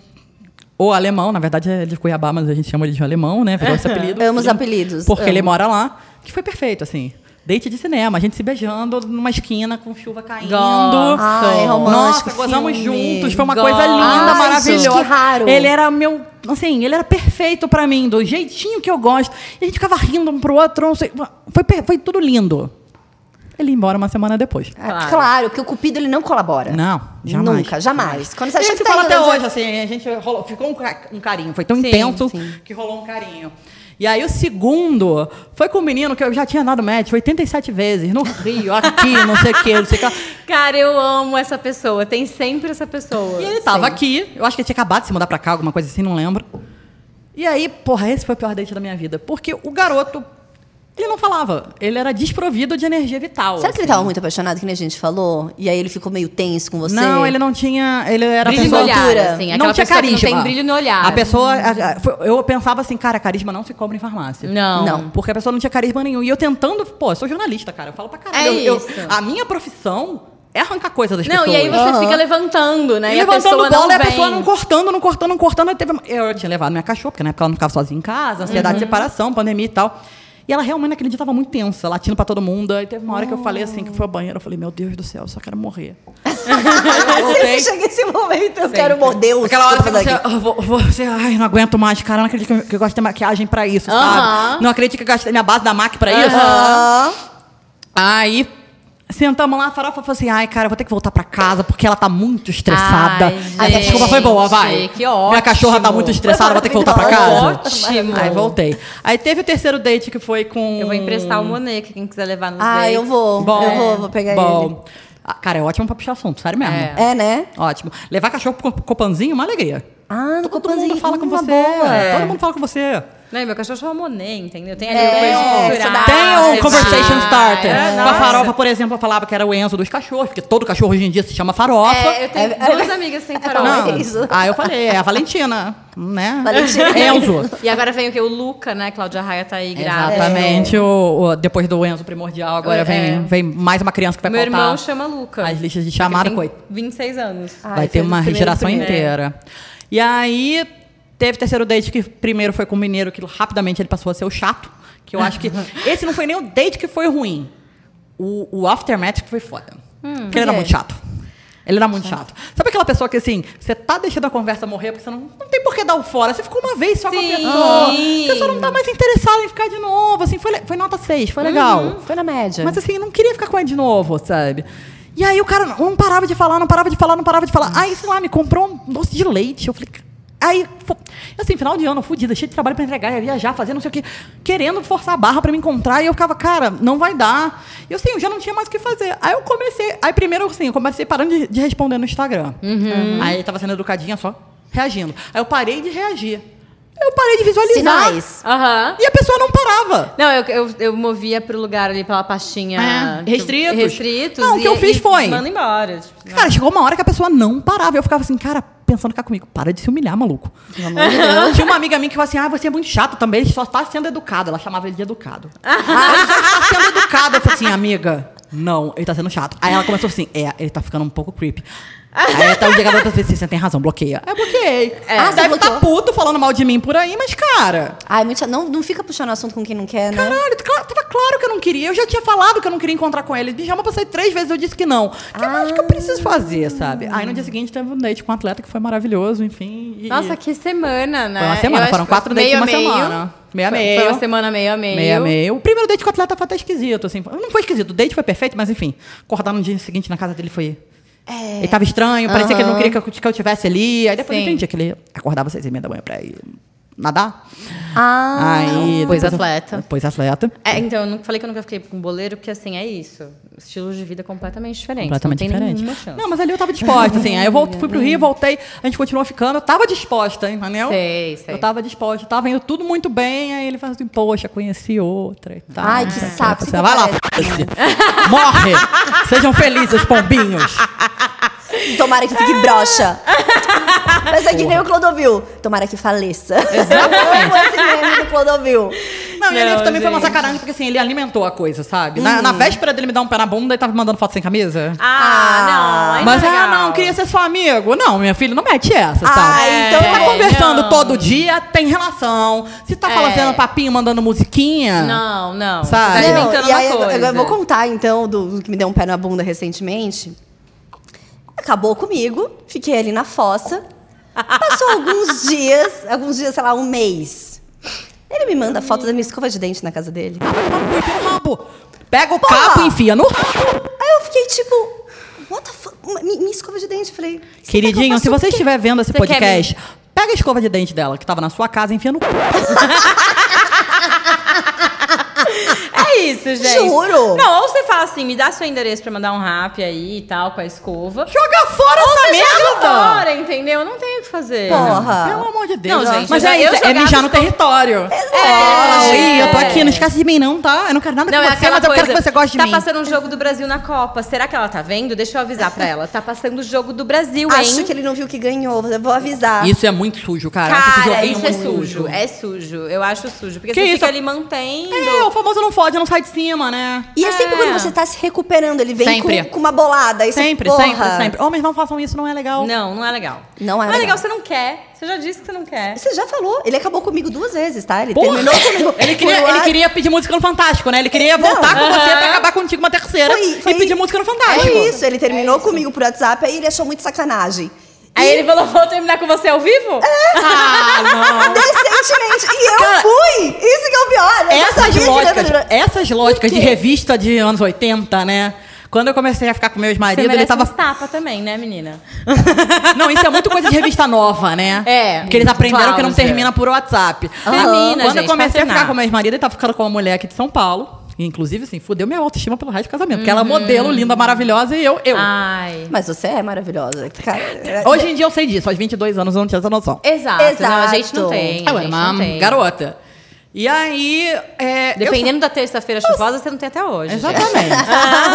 C: o alemão, na verdade ele é de Cuiabá, mas a gente chama ele de alemão,
B: [laughs]
C: né? Virou esse apelido.
B: Amo os
C: Ele-
B: apelidos,
C: Porque
B: amo.
C: ele mora lá, que foi perfeito, assim. Date de cinema, a gente se beijando numa esquina com chuva caindo.
A: Gosto.
B: Ai, romântico,
C: Nossa, gozamos
B: filme.
C: juntos, foi uma
A: Gosto.
C: coisa linda,
A: Ai,
C: maravilhosa.
B: gente, que raro.
C: Ele era meu, assim, ele era perfeito pra mim, do jeitinho que eu gosto. E a gente ficava rindo um pro outro, não sei, foi per- foi tudo lindo. Ele ia embora uma semana depois.
B: Ah, Claro.
A: Claro.
B: porque o cupido ele não colabora.
C: Não, jamais.
B: Nunca, jamais. Quando você
C: a
B: acha
C: gente
B: que tá
C: se fala
B: indo,
C: até
B: mas-
C: hoje, assim, a gente rolou, ficou um, ca- um carinho, foi tão intenso
B: sim.
C: que rolou um carinho. E aí o segundo foi com um menino que eu já tinha dado match 87 vezes, no Rio, aqui, não sei o que, não sei o que. lá.
A: Cara, eu amo essa pessoa. Tem sempre essa pessoa.
C: E ele tava aqui, eu acho que ele tinha acabado de se mudar pra cá, alguma coisa assim, não lembro. E aí, porra, esse foi o pior date da minha vida. Porque o garoto, ele não falava. Ele era desprovido de energia vital.
B: Será que ele
C: assim.
B: tava muito apaixonado, que nem a gente falou? E aí ele ficou meio tenso com você?
C: Não, ele não tinha. Ele era
A: Brilho no
C: pessoa-
A: olhar,
B: altura.
A: assim.
C: não
A: Aquela
C: tinha
A: pessoa que
C: carisma.
A: não tem brilho no olhar.
C: A pessoa. a- a- foi- eu pensava assim, cara, carisma não se compra em farmácia.
A: Não.
B: Não.
C: Porque a pessoa não tinha carisma nenhum. E eu tentando. Pô, eu sou jornalista, cara. Eu falo pra caralho.
A: É
C: Eu- eu-
A: isso.
C: a minha profissão é arrancar coisa das
A: Não,
C: pessoas.
A: e aí você
B: Aham.
A: fica levantando, né?
C: E
A: E, a
C: levantando
A: pessoa
C: bola
A: não
C: e a
A: vem.
C: pessoa não cortando, não cortando, não cortando. Aí Teve... uma- Eu tinha levado minha cachorra, porque na época ela não ficava sozinha em casa, ansiedade
A: Uhum.
C: de separação, pandemia e tal. E ela realmente naquele dia tava muito tensa, latindo pra todo mundo. Aí teve uma hora que eu falei assim, que foi ao banheiro, eu falei, meu Deus do céu, eu só quero morrer.
B: [laughs]
C: Aí eu
B: Sempre
C: voltei.
B: chega esse momento, eu quero morder o
C: Aquela hora
B: escudo
C: você,
B: daqui.
A: tipo
C: ah, vou- vou- você, ai, não aguento mais, cara, não acredito que eu, que eu gastei maquiagem pra isso,
A: Aham.
C: sabe? Não acredito que eu gastei minha base da MAC pra isso.
B: Aham.
C: Aí sentamos lá, a farofa falou assim: ai, cara, eu vou ter que voltar pra casa porque ela tá muito estressada.
A: Ai,
C: Aí,
A: gente,
C: desculpa foi boa, vai.
A: que ótimo. Tá
C: Minha cachorra tá muito estressada, vou ter que voltar pra casa.
A: Ótimo.
C: Aí voltei. Aí teve o terceiro date que foi com.
A: Eu vou emprestar o Monet, quem quiser levar nos
B: Ah,
A: dates.
B: eu vou.
C: Bom,
B: eu vou, vou pegar ele.
C: bom. Ah, Cara, é ótimo pra puxar assunto, sério mesmo.
A: É.
B: É, né?
C: Ótimo. Levar cachorro pro Copanzinho, é uma alegria.
B: Ah, no
C: Todo mundo fala com você. Todo mundo fala com você.
A: Não, e meu cachorro chama Monet, entendeu? Tem ali
B: É,
A: o coisa
B: isso dá-
A: cultural.
C: Tem
B: Ah,
C: um
A: você
C: conversation
A: vai.
C: starter.
A: É,
C: Com a
A: nossa.
C: farofa, por exemplo, eu falava que era o Enzo dos cachorros, porque todo cachorro hoje em dia se chama farofa.
A: É, eu tenho
B: É- é-
A: duas amigas que têm
B: Não.
A: farofa.
B: É isso.
C: Ah, eu falei, é a Valentina, né?
B: Valentina.
C: [laughs] Enzo.
A: E agora vem o que? O Luca, né? Cláudia Raia tá aí grávida.
C: É. Exatamente. O, o- depois do Enzo primordial, agora
A: É.
C: vem, vem mais uma criança que vai
A: Meu
C: faltar.
A: irmão chama Luca.
C: As listas de chamada,
A: Tem
C: coitado.
A: 26 anos.
B: Ah,
C: Vai
B: ele
C: ter
B: fez o
C: uma
B: primeiro
C: geração
B: primeiro.
C: inteira. E aí, teve terceiro date que primeiro foi com o mineiro, que rapidamente ele passou a ser o chato. Que eu acho que. Esse não foi nem o date que foi ruim. O, o aftermath que foi foda. Porque ele era
B: quê?
C: muito chato. Ele era muito chato. Sabe aquela pessoa que, assim, você tá deixando a conversa morrer porque você não, não tem por que dar o fora. Você ficou uma vez só com a
A: Sim.
C: pessoa. Você só não tá mais interessado em ficar de novo. Assim, foi, le- foi nota 6, foi legal.
B: Foi na média.
C: Mas assim, não queria ficar com ele de novo, sabe? E aí o cara não parava de falar, não parava de falar, não parava de falar. Aí, sei lá, me comprou um doce de leite. Eu falei. "Ca-". Aí, fo- assim, final de ano, fodida, cheio de trabalho pra entregar, ia viajar, fazer não sei o quê, querendo forçar a barra pra me encontrar, e eu ficava, cara, não vai dar. E eu, assim, eu já não tinha mais o que fazer. Aí eu comecei, aí primeiro, assim, eu comecei parando de, de responder no Instagram. Aí tava sendo educadinha só, reagindo. Aí eu parei de reagir. Eu parei de visualizar.
B: Sinais.
A: Aham.
C: E a pessoa não parava.
A: Não, eu, eu, eu movia pro lugar ali pela pastinha.
C: É,
A: que-
C: restritos.
A: Restritos.
C: Não, o que
A: e-
C: eu fiz
A: e
C: foi-
A: Manda embora. tipo, não.
C: Cara, chegou uma hora que a pessoa não parava. Eu ficava assim, cara, pensando cá comigo, para de se humilhar, maluco. Tinha uma amiga minha que falava assim, ah, você é muito chato também, ele só tá sendo educado. Ela chamava ele de educado. "Ah, ele só tá sendo educado. Eu falei assim, amiga, não, ele tá sendo chato. Aí ela começou assim, é, ele tá ficando um pouco creepy. Aí até o dia que ela falou assim, você tem razão, bloqueia. Aí eu bloqueei.
B: É. Ah,
C: Ah,
B: você
C: deve tá
B: bloqueou?
C: puto falando mal de mim por aí, mas cara...
B: Ai, muito chato. Não, não fica puxando assunto com quem não quer, né?
C: Caralho, cla- tava claro que eu não queria. Eu já tinha falado que eu não queria encontrar com ele. Ele me chamou pra sair três vezes, eu disse que não. Que eu acho que
A: Ah.
C: eu preciso fazer, sabe? Aí no dia seguinte teve um date com um atleta que foi maravilhoso, enfim. e-
A: Nossa, que semana, né?
C: Foi uma
A: Eu
C: semana,
A: acho
C: foram
A: que foi
C: quatro dates em uma
A: meio a meio.
C: semana. Meia
A: Foi-
C: meio.
A: Foi uma semana meio a meio.
C: Meia meio. O primeiro date com o atleta foi até esquisito, assim. Não foi esquisito, o date foi perfeito, mas enfim. Acordar no dia seguinte na casa dele foi. Ele tava estranho, parecia que ele não queria que eu, que eu tivesse ali. Aí depois
A: É. Sim.
C: eu entendi que ele acordava às seis e meia da manhã pra ir nadar.
B: Ah,
C: Aí,
A: pois
C: depois eu-
A: atleta.
C: Pois atleta.
A: É, então, eu não falei que eu nunca fiquei com boleiro, porque assim, é isso. Estilos de vida completamente diferentes.
C: Completamente
A: não tem
C: diferente.
A: nenhuma chance.
C: Não, mas ali eu tava disposta, assim. Aí eu voltei, fui pro Rio, voltei, a gente continuou ficando. Eu tava disposta, hein, entendeu?
A: Sei, sei.
C: Eu tava disposta, tava indo tudo muito bem. Aí ele faz assim, poxa, conheci outra e tal.
B: Ai, que
C: Aí
B: saco,
C: você
B: sempre
C: vai lá,
B: aparece, assim."
C: foda-se. [laughs] Morre! Sejam felizes, pombinhos.
B: tomara que fique
A: [laughs]
B: broxa. Mas é que nem o Clodovil. Tomara que faleça. Exatamente. esse meme do Clodovil.
C: Não, e
A: Não,
C: ele também foi uma
A: gente.
C: sacanagem, porque assim, ele alimentou a coisa, sabe? Na, na véspera dele me dar um pé na bunda, ele tava me mandando foto sem camisa.
A: Ah, não. aí
C: Mas,
A: não é
C: ah,
A: legal.
C: não, queria ser seu amigo. Não, minha filha, não mete essa,
B: Ah,
C: sabe?
B: então
C: Se tá
B: é,
C: conversando
A: não.
C: todo dia, tem relação. Se tá
A: É.
C: fazendo papinho, mandando musiquinha...
A: Não, não. Você
C: Sabe?
A: tá
C: Não,
A: inventando
B: e aí,
A: uma
B: agora-
A: coisa.
B: agora eu vou contar, então, do, do que me deu um pé na bunda recentemente. Acabou comigo, fiquei ali na fossa.
A: [laughs]
B: Passou alguns dias, alguns dias, sei lá, um mês. Ele me manda foto da minha escova de dente na casa dele.
C: Pelo rabo. Pega o
B: Porra!
C: capo e enfia no rabo.
B: Aí eu fiquei tipo, what the fuck? Mi- Minha escova de dente. Eu falei, "Isso aqui é que eu
C: Queridinho,
B: faço
C: se
B: o
C: você
B: quê?"
C: estiver vendo esse
A: Você quer
C: podcast, pega a escova de dente dela, que tava na sua casa, e enfia no cu.
A: É isso, gente.
B: Juro.
A: Não, ou você fala assim, me dá seu endereço pra mandar um rap aí e tal, com a escova.
C: Joga fora essa merda!
A: Fora, entendeu? Não tem o que fazer.
B: Porra.
A: É
C: Pelo amor de Deus.
A: Não, gente,
C: mas
A: eu já-
C: é
A: eu
C: isso, é
A: jogava
C: mijar no
A: os
C: território.
B: É.
C: Fala, "Ih, eu tô aqui, não esquece de mim não, tá? Eu não quero nada
A: Não,
C: com
A: é
C: você,
A: aquela
C: mas eu
A: coisa.
C: quero que você goste de
A: tá
C: mim.
A: passando um jogo do Brasil na Copa. Será que ela tá vendo? Deixa eu avisar pra ela. Tá passando o jogo do Brasil, hein?
B: Acho que ele não viu que ganhou. eu Vou avisar.
C: Isso é muito sujo, cara. Eu acho esse
A: Cara,
C: joguinho
A: isso é
C: muito
A: sujo. É sujo. Eu acho sujo. Porque
C: Que
A: você
C: isso?
A: fica ali mantendo.
C: É, o famoso não fode, não sai de cima, né?
B: E é sempre
A: É.
B: quando você tá se recuperando, ele vem
C: Sempre.
B: com, com uma bolada. Aí você,
C: Sempre,
B: porra.
C: sempre, sempre. Homens, não façam isso, não é legal.
A: Não, não é legal.
C: Ah,
B: Não é
A: Não é legal,
B: legal.
A: você não quer. Você já disse que você não quer.
B: Você já falou. Ele acabou comigo duas vezes, tá? Ele
C: Porra!
B: terminou comigo.
C: [laughs] Ele queria,
B: por lá.
C: ele queria pedir música no Fantástico, né? Ele queria
B: Não.
C: voltar com você
A: Aham.
C: pra acabar contigo uma terceira
B: Foi- foi-
C: e pedir música no Fantástico.
B: Foi isso. Ele
C: É
B: terminou comigo por WhatsApp, aí ele achou muito sacanagem.
A: Aí ele falou: vou terminar com você ao
C: É.
A: vivo?
C: Ah, não.
B: [laughs] Decentemente. E eu
C: Cara,
B: fui! Isso que é o pior. Eu já
C: Essas
B: sabia que
C: lógicas,
B: ele-
C: essas lógicas de
B: quê?
C: revista de anos 80, né? Quando eu comecei a ficar com meus
A: Você
C: maridos, ele
A: merece
C: tava.
B: um
A: uns tapa também, né, menina?
C: [laughs] Não, isso é muito coisa de revista nova, né?
A: É.
C: Porque eles aprenderam que não
A: Cláudia.
C: termina por WhatsApp.
A: Termina,
C: é. Quando
A: gente,
C: eu comecei
A: pra
C: a ficar
A: terminar.
C: com meu marido, ele tava ficando com uma mulher aqui de São Paulo. E, Inclusive, assim, fudeu minha autoestima pelo resto do casamento. Porque ela é modelo, linda, maravilhosa, e eu, eu.
A: Ai.
B: [laughs] Mas você é maravilhosa. Cara,
C: Hoje em dia eu sei disso. Aos 22 anos eu não tinha essa noção.
A: Exato. Não, a gente não
B: Exato.
A: tem. A
C: eu era
A: gente
C: uma
A: não tem.
C: garota. E aí... É, eu
A: Dependendo da terça-feira chuvosa, você não tem até hoje.
C: sou-
A: gente.
C: Exatamente.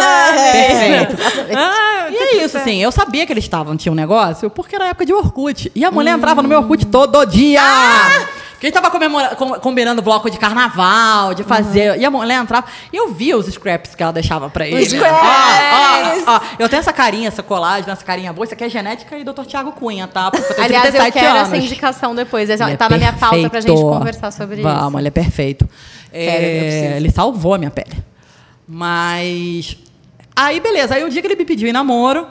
A: [laughs] Perfeito. Ah,
C: É, E é isso, assim, eu sabia que eles estavam, tinha um negócio, porque era época de Orkut. E a
A: Hum.
C: mulher entrava no meu Orkut todo dia.
A: Ah!
C: Porque a gente tava comemora- com- combinando bloco de carnaval, de fazer.
A: Uhum.
C: E a mulher entrava. E eu via os scraps que ela deixava pra ele.
B: scraps!
C: Ó, ó, ó, Eu tenho essa carinha, essa colagem, essa carinha boa. Isso aqui é genética e Dr. Tiago Cunha, tá? Porque eu tenho
A: Aliás, eu
C: 37
A: quero assim,
C: anos.
A: essa indicação depois. Essa-
C: Ele é
A: tá na minha pauta pra gente
C: perfeito.
A: conversar sobre
C: Vamos,
A: isso.
C: ele é perfeito.
B: Sério, eu
C: É,
B: preciso.
C: ele salvou a minha pele. Mas. Aí, beleza. Aí, o dia que ele me pediu em namoro,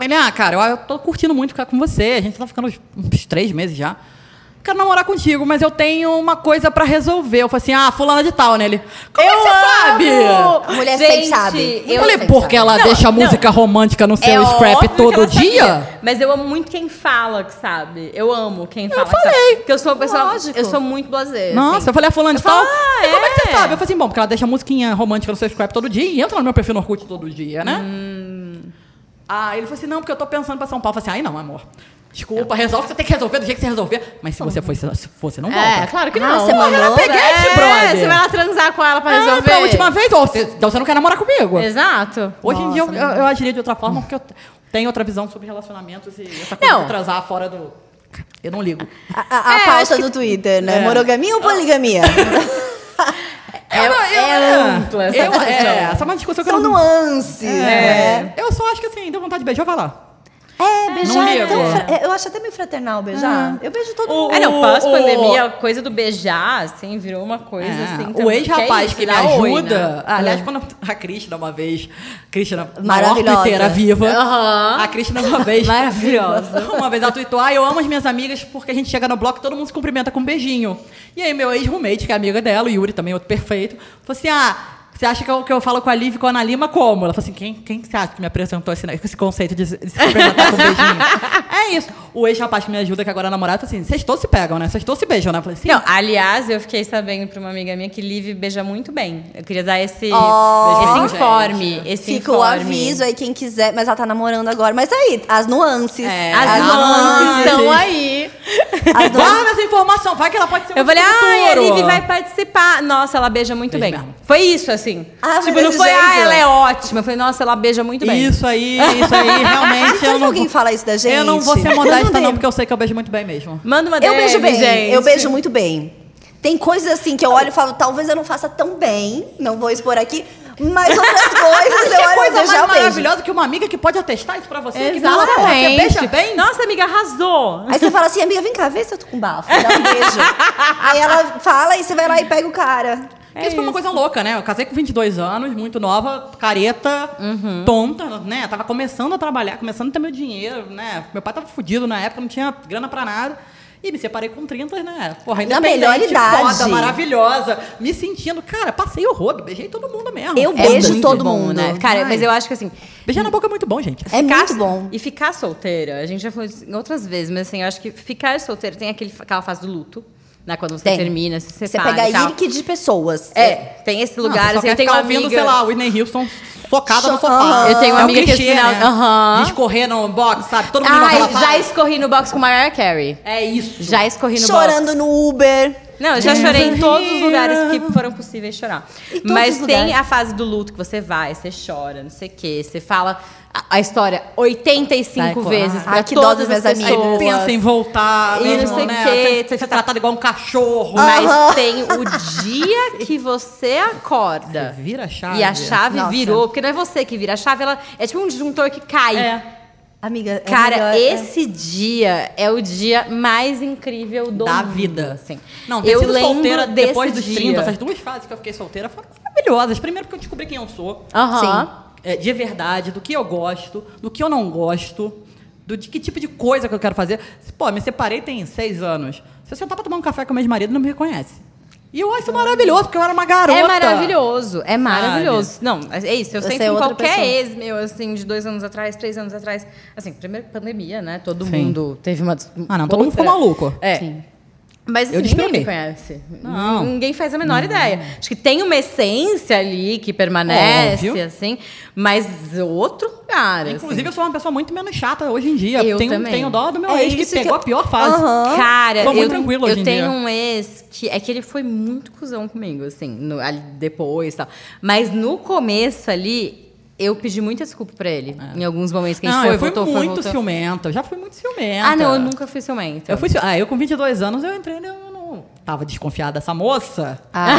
C: ele, ah, cara, eu, eu tô curtindo muito ficar com você. A gente tá ficando uns, uns três meses já. Quero namorar contigo, mas eu tenho uma coisa pra resolver. Eu falei assim, ah, fulana de tal, né? Ele, como é que você sabe?
B: A mulher
A: Gente,
B: sempre sabe.
A: eu
C: Eu falei,
B: sempre
C: porque
B: sabe.
C: ela
A: Não,
C: deixa a
A: não. É
C: música romântica no seu scrap
A: óbvio que
C: todo
A: ela
C: dia?
A: sabia, mas eu amo muito quem fala que sabe. Eu amo quem fala que
C: falei.
A: sabe. Porque eu sou uma pessoa.
B: Lógico.
A: Eu sou muito blazer.
C: Nossa,
A: assim.
C: eu falei a fulano de
A: Eu falo,
C: tal.
A: ah,
C: e como é que você
A: é?
C: sabe? Eu falei assim, bom, porque ela deixa a musiquinha romântica no seu scrap todo dia e entra no meu perfil no Orkut todo dia, né?
A: Hum.
C: Ah, ele falou assim, não, porque eu tô pensando pra São Paulo. Eu falei assim, ai não, amor. Desculpa, resolve, você tem que resolver do jeito que você resolver. Mas se você for, se você não volta.
A: É. Tá É, claro que não.
B: Ah, você
A: Porra,
B: mandou,
A: ela peguete,
C: né?
A: brother.
C: É,
A: Você vai lá transar com ela pra
C: Ah,
A: resolver.
C: pra última vez, ou você, então você não quer namorar comigo.
A: Exato.
C: Hoje em dia eu, eu, eu agiria de outra forma, porque eu t- tenho outra visão sobre relacionamentos e essa coisa
A: Não.
C: de transar fora do... Eu não ligo.
B: A, a- a
A: É, acho
B: pauta do Twitter, né? Monogamia ou
C: [laughs]
B: poligamia?
A: É, é ampla essa
C: eu-
A: questão. é.
C: É, essa é uma discussão que eu
B: São
C: não...
B: nuances, né?
C: Eu só acho que assim, deu vontade de beijar, vai lá.
B: É, beijar é
C: ligo.
B: tão fra- é, Eu acho até meio fraternal
C: Ah.
B: beijar. Eu beijo todo mundo.
A: É, não,
C: O-
A: pós-pandemia, a coisa do beijar, assim, virou uma coisa, assim.
C: o
A: também. é
C: ex-rapaz
A: isso,
C: que, me
A: dá
C: ajuda.
A: oi, né?
C: Ah, Aliás, quando a Cristina uma vez. Cristina,
B: Maravilhosa.
C: maior twitteira viva.
A: Aham.
C: A Cristina uma vez.
A: Maravilhosa.
C: [laughs] Uma vez ela tweetou: Ah, eu amo as minhas amigas porque a gente chega no bloco e todo mundo se cumprimenta com um beijinho. E aí, meu ex-roommate, que é amiga dela, o Yuri também, outro perfeito, falou assim: Ah. Você acha que eu, que eu falo com a Liv e com a Ana Lima como? Ela falou assim: quem, quem que você acha que me apresentou esse, esse conceito de se de se cumprimentar com um beijinho? [laughs] é isso. O ex-rapaz que me ajuda, que agora é namorado, falou assim: vocês todos se pegam, né? Vocês todos se beijam, né? Eu falei assim:
A: Não, aliás, eu fiquei sabendo pra uma amiga minha que Liv beija muito bem. Eu queria dar esse,
B: Ó,
A: esse
C: Oh, gente.
A: informe. Esse
B: Fica o
A: informe.
B: aviso aí, quem quiser. Mas ela tá namorando agora. Mas aí, as nuances.
C: É,
A: As
C: As
A: mãos
C: nuances.
A: estão aí.
C: [laughs]
B: As nuances.
C: Guarda essa informação, vai que ela pode ser um
A: Eu
C: muito
A: falei, ai, a
C: futuro.
A: Liv vai participar. Nossa, ela beija muito
C: Beijo
A: bem.
C: mesmo.
A: Foi isso, assim.
B: Ah, foi
A: tipo, não
B: desse
A: foi, ah,
B: jeito.
A: ela é ótima. Eu falei, nossa, ela beija muito bem.
C: Isso aí,
B: [laughs]
C: isso aí, realmente.
B: Ah, Será
C: eu
B: que
C: não
B: alguém
C: vou-
B: fala isso da gente?
C: Eu não vou ser
B: Eu
C: modesta,
B: tenho.
C: não, porque eu sei que eu beijo muito bem mesmo.
A: Manda uma
B: Eu
A: DM,
B: beijo bem,
A: gente.
B: eu beijo muito bem. Tem coisas assim que eu olho e falo, talvez eu não faça tão bem, não vou expor aqui, mas
C: [laughs]
B: outras coisas eu
C: que
B: olho e
C: coisa
B: vejo,
C: mais
B: eu beijo.
C: maravilhosa que uma amiga que pode atestar isso pra você. que fala, "Pô, Você
A: Exatamente.
C: beija bem?
A: Nossa, amiga, arrasou.
B: Aí você fala assim, amiga, vem cá, vê se eu tô com bafo, dá um
C: [laughs]
B: beijo. Aí ela fala e você vai lá e pega o cara.
C: Porque isso foi
A: É
C: uma coisa louca, né? Eu casei com 22 anos, muito nova, careta,
A: Uhum.
C: tonta, né? Tava começando a trabalhar, começando a ter meu dinheiro, né? Meu pai tava fudido na época, não tinha grana pra nada. E me separei com 30, né? Porra,
B: Na melhor
C: independente,
B: idade.
C: Foda, maravilhosa. Me sentindo. Cara, passei horror, beijei todo mundo mesmo.
B: Eu
C: É
B: beijo
C: muito
B: todo
C: bom,
B: mundo.
C: né?
A: Cara,
C: Ai.
A: mas eu acho que assim.
C: Beijar na boca é muito bom, gente.
B: É
A: ficar-
B: muito bom.
A: E ficar solteira, a gente já falou isso em outras vezes, mas assim, eu acho que ficar solteira tem aquele, aquela fase do luto, né? Quando você
B: Tem.
A: termina, se
B: Você
A: separa
B: pega
A: e tal.
B: irque de pessoas.
A: É, tem esse
C: Não,
A: lugar, assim,
C: só Ah, quer
A: eu tenho uma
C: ficar
A: amiga...
C: ouvindo, sei lá, Whitney Houston socada no
B: Só-
C: sofá.
B: Aham.
A: Eu tenho uma
C: É o
A: amiga que
C: clichê,
A: esse final-
C: né?
A: Aham.
C: De escorrer no box, sabe? Todo mundo
A: Ai,
C: naquela
A: já
C: fase.
A: escorri no box com Mariah Carey.
C: É isso.
A: Já escorri no box.
B: Chorando no Uber.
A: Não, eu já chorei em
C: Desafio.
A: todos os lugares que foram possíveis chorar.
B: Em todos
A: Mas
B: os
A: tem
B: lugares.
A: a fase do luto que você vai, você chora, não sei o quê, você fala a, a história 85
C: Vai,
A: vezes
C: claro.
A: pra
B: Ah, que dó
A: todas
B: das
A: as
B: minhas
A: pessoas.
C: Aí
B: amigas.
C: pensa em voltar,
A: E
C: mesmo,
A: não sei o
C: né?
A: quê, Ah.
C: Ser-
A: você
C: Ser
A: tá-
C: tratada igual um cachorro. né?
A: Mas
B: Aham.
A: tem o dia que você acorda.
C: Vira a chave.
A: E a chave
B: Nossa.
A: virou, porque não é você que vira a chave, ela é tipo um disjuntor que cai.
C: É.
B: Amiga, é melhor-
A: Cara,
B: é-
A: esse dia é o dia mais incrível do
C: Da
A: mundo,
C: vida.
A: assim.
C: Não, ter
A: eu
C: sido
A: lembro
C: solteira
A: desse
C: depois dos
A: dia.
C: 30, essas duas fases que eu fiquei solteira foram maravilhosas. Primeiro porque eu descobri quem eu sou.
A: Aham.
C: É, de verdade, do que eu gosto, do que eu não gosto, do de que tipo de coisa que eu quero fazer. Se, Pô, me separei tem seis anos. Se eu sentar pra tomar um café com meu marido, não me reconhece. E eu acho isso maravilhoso, porque eu era uma garota.
A: É maravilhoso, é maravilhoso. Não, é isso. Eu
B: Você
A: sempre
B: é
A: com
B: outra
A: qualquer
B: pessoa.
A: ex meu, assim, de dois anos atrás, três anos atrás. Assim, primeiro pandemia, né? Todo
C: Sim.
A: mundo teve uma.
C: Ah, não, todo mundo ficou
A: outra-
C: maluco.
A: É. Mas
C: Eu
A: assim, ninguém
C: despenei.
A: me conhece.
C: Não.
A: Ninguém faz a menor ideia. Acho que tem uma essência ali que permanece,
C: Óbvio.
A: assim, mas outro lugar.
C: Inclusive,
A: assim.
C: eu sou uma pessoa muito menos chata hoje em dia.
A: Eu
C: tenho,
A: também.
C: tenho dó do meu
B: É
C: ex que
B: isso que
C: pegou
B: eu-
C: a pior fase.
B: Aham. Ah,
A: Cara,
C: tô muito
A: eu,
C: tranquilo
A: eu
C: hoje em
A: tenho
C: dia.
A: um ex que é que ele foi muito cuzão comigo, assim, no- ali depois e tal. Mas no começo ali, eu pedi muita desculpa pra ele. Em alguns momentos que a gente
C: É.
A: foi,
C: Não, eu fui
A: voltou, foi,
C: muito
A: voltou.
C: ciumenta. Eu já fui muito ciumenta.
A: Ah, não, eu nunca fui ciumenta.
C: Eu fui, ciu- ah, eu com 22 anos, eu entrei, eu não tava desconfiada
A: [laughs]
C: dessa moça.
B: Ah,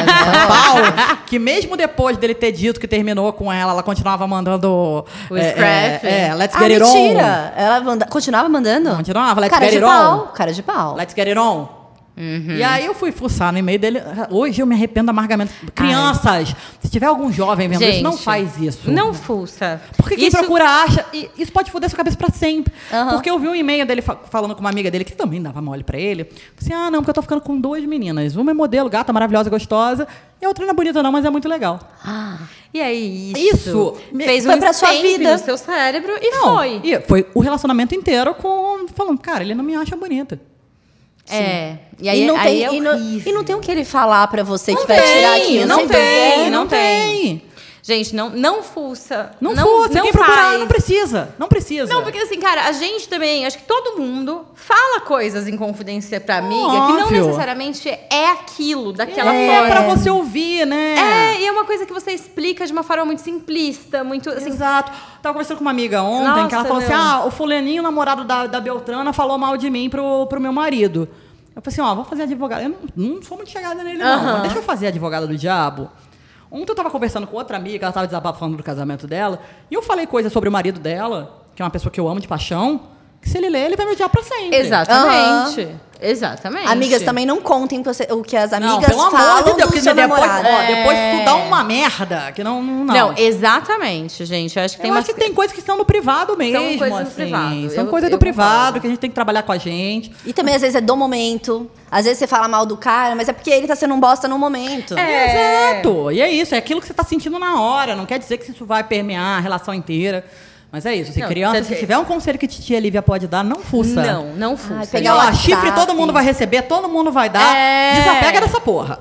C: [laughs] São Paulo, que mesmo depois dele ter dito que terminou com ela, ela continuava mandando.
A: O
C: é,
A: scrap.
C: É, é, let's
B: ah,
C: get it on.
B: mentira! Ela manda- continuava mandando?
C: Continuava, let's
B: cara
C: get
B: de
C: it
B: pau,
C: on.
B: cara de pau.
C: Let's get it on.
A: Uhum.
C: E aí eu fui fuçar no e-mail dele. Hoje eu me arrependo amargamente. Crianças, se tiver algum jovem vendo isso, não faz isso.
A: Não fuça.
C: Porque quem
A: Isso-
C: procura acha, e isso pode foder sua cabeça pra sempre. Porque eu vi um e-mail dele fa- falando com uma amiga dele, que também dava mole pra ele. Assim, ah, não, porque eu tô ficando com duas meninas. Uma é modelo, gata, maravilhosa, gostosa. E a outra não é bonita não, mas é muito legal.
B: Ah,
A: E aí, isso,
C: Isso.
A: fez
B: Foi
A: um
B: pra sua
A: stamp
B: vida.
A: no seu cérebro e
C: Não,
A: foi.
C: E foi o relacionamento inteiro com... Falando, cara, ele não me acha bonita.
A: É. E aí,
B: e, não
A: aí
B: tem,
A: é
B: e, não,
A: horrível.
B: e não tem o que ele falar pra você que vai
C: tem,
B: tirar aquilo.
C: não
B: você
C: tem,
B: vê.
C: não tem.
A: Gente, não, não fuça.
C: Não, for, se
A: não
C: alguém procurar,
A: faz.
C: não precisa. Não precisa.
A: Não, porque assim, cara, a gente também, acho que todo mundo fala coisas em confidência pra amiga que não
C: Óbvio.
A: necessariamente é aquilo daquela
C: é,
A: forma.
C: pra você ouvir, né?
A: É, e é uma coisa que você explica de uma forma muito simplista, muito assim.
C: Exato. Tava conversando com uma amiga ontem
A: Nossa,
C: que ela falou assim:
A: meu.
C: ah, o fulaninho, namorado da, da Beltrana, falou mal de mim pro, pro meu marido. Eu falei assim: ó, vou fazer advogado. Eu não, não sou muito chegada nele, não.
A: Aham.
C: mas deixa eu fazer advogada do diabo. Ontem eu tava conversando com outra amiga, ela tava desabafando do casamento dela, e eu falei coisas sobre o marido dela, que é uma pessoa que eu amo de paixão, que se ele ler, ele vai me odiar pra sempre.
A: Exatamente. Exatamente.
B: Amigas também não contem o que você- o que as
C: Não,
B: amigas
C: pelo amor de
B: falam
C: Deus,
B: do
C: porque
B: seu
C: depois,
B: namorado.
C: ó, depois
A: É.
C: tu dá uma merda, que não. Não,
A: Não, exatamente, gente. Eu acho que tem
C: eu
A: uma
C: acho que tem coisas que são do privado mesmo.
A: coisas do
C: assim.
A: privado.
C: São
A: Eu-
C: coisas do
A: eu
C: privado
A: concordo.
C: que a gente tem que trabalhar com a gente.
B: E também, às vezes, é do momento. Às vezes você fala mal do cara, mas é porque ele tá sendo um bosta no momento.
A: É.
C: Exato. E é isso, é aquilo que você tá sentindo na hora. Não quer dizer que isso vai permear a relação inteira. Mas é isso. Se
A: Não,
C: criança,
A: tanto
C: se
A: que-
C: tiver um conselho que Titia Lívia pode dar, não fuça.
A: Não, não fuça.
B: Ai,
C: Pegar
B: pegar
A: gente.
B: o
C: lá,
B: WhatsApp.
C: chifre todo mundo vai receber, todo mundo vai dar.
A: É.
C: Desapega dessa porra.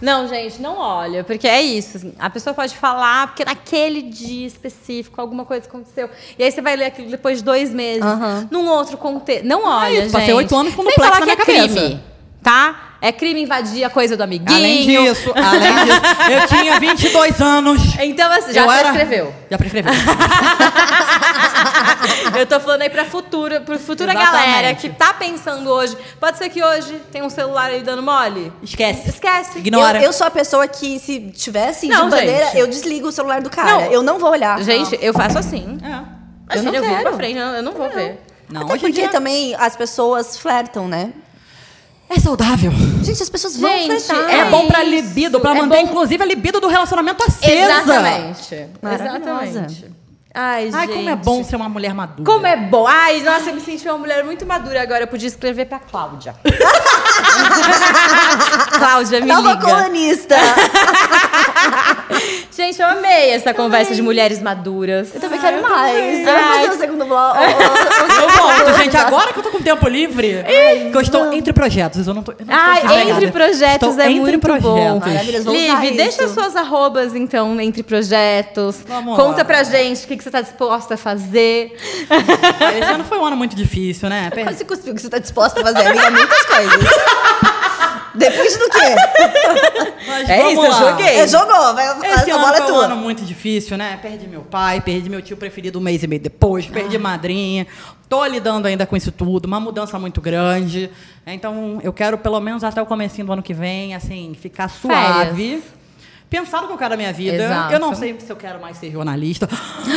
A: Não, gente, não olha, porque é isso. assim, a pessoa pode falar, porque naquele dia específico alguma coisa aconteceu. E aí você vai ler aquilo depois de dois meses,
B: Aham.
A: num outro contexto. Não olha,
C: É isso,
A: gente.
C: passei oito anos com
A: Sem
C: duplex
A: falar
C: na
A: que
C: minha
A: é
C: cabeça.
A: crime, tá? É crime invadir a coisa do amiguinho.
C: Além disso, além disso, eu tinha 22 anos.
A: Então, assim, já
C: Eu era- [laughs]
A: prescreveu. [laughs]
C: Já prescreveu.
A: Eu tô falando aí pra futura, pra futura
C: Exatamente.
A: galera que tá pensando hoje. Pode ser que hoje tem um celular aí dando mole?
C: Esquece.
A: Esquece.
C: Ignora.
B: Eu, eu sou a pessoa que, se tivesse de
A: Não,
B: bandeira,
A: gente.
B: eu desligo o celular do cara.
A: Não.
B: Eu não vou olhar.
A: Gente, eu faço assim.
C: É.
A: Imagina, eu,
B: não
A: vou
B: quero.
A: pra frente, eu eu não vou ver.
C: Não,
B: Até
C: hoje em
B: porque
C: dia
A: tá-
B: também as pessoas flertam, né?
C: é saudável.
B: Gente, as pessoas vão
A: Gente,
B: flertar.
C: É
A: É
C: bom pra
A: isso,
C: libido, pra
A: é
C: manter,
A: bom.
C: inclusive, a libido do relacionamento acesa.
A: Exatamente.
B: Maravilhosa.
A: Exatamente. Ai, gente.
C: Ai, como é bom ser uma mulher madura.
A: Como é bom. Ai, nossa, eu me senti uma mulher muito madura agora. Eu podia escrever pra Cláudia. Cláudia, me
B: Nova
A: liga.
B: colunista.
A: Gente, eu amei essa conversa de mulheres maduras.
B: Eu também quero mais. Vamos
A: Ai,
B: fazer o segundo bloco. Eu
C: Eu volto, gente. Agora que eu tô com tempo livre, que eu estou entre projetos. Eu não tô. Eu não
A: Ai,
C: estou
A: entre
C: desempregada.
A: projetos
C: Estou
A: é
C: entre
A: muito bom.
B: Maravilhoso. Eles vão usar
A: Liv,
B: isso.
A: deixa as suas arrobas, então, entre projetos.
C: Vamos
A: Conta
C: lá.
A: pra gente o que, que você tá disposta a fazer.
C: Esse ano foi um ano muito difícil, né?
B: Mas se cuspir, o que você tá disposta a fazer, amiga, muitas coisas. Depende do quê?
C: Mas
A: É
C: vamos
A: isso, eu
C: lá.
A: joguei.
B: É, jogou, vai,
A: Tá
C: Esse
B: a
C: ano
B: bola é
C: foi um ano
B: tua.
C: muito difícil, né? Perdi meu pai, perdi meu tio preferido um mês e meio depois,
A: Ah.
C: perdi madrinha. Tô lidando ainda com isso tudo, uma mudança muito grande. Então, eu quero, pelo menos até o comecinho do ano que vem, assim, ficar suave. Pensar no que eu quero da minha vida.
A: Exato.
C: Eu não sei se eu quero mais ser jornalista.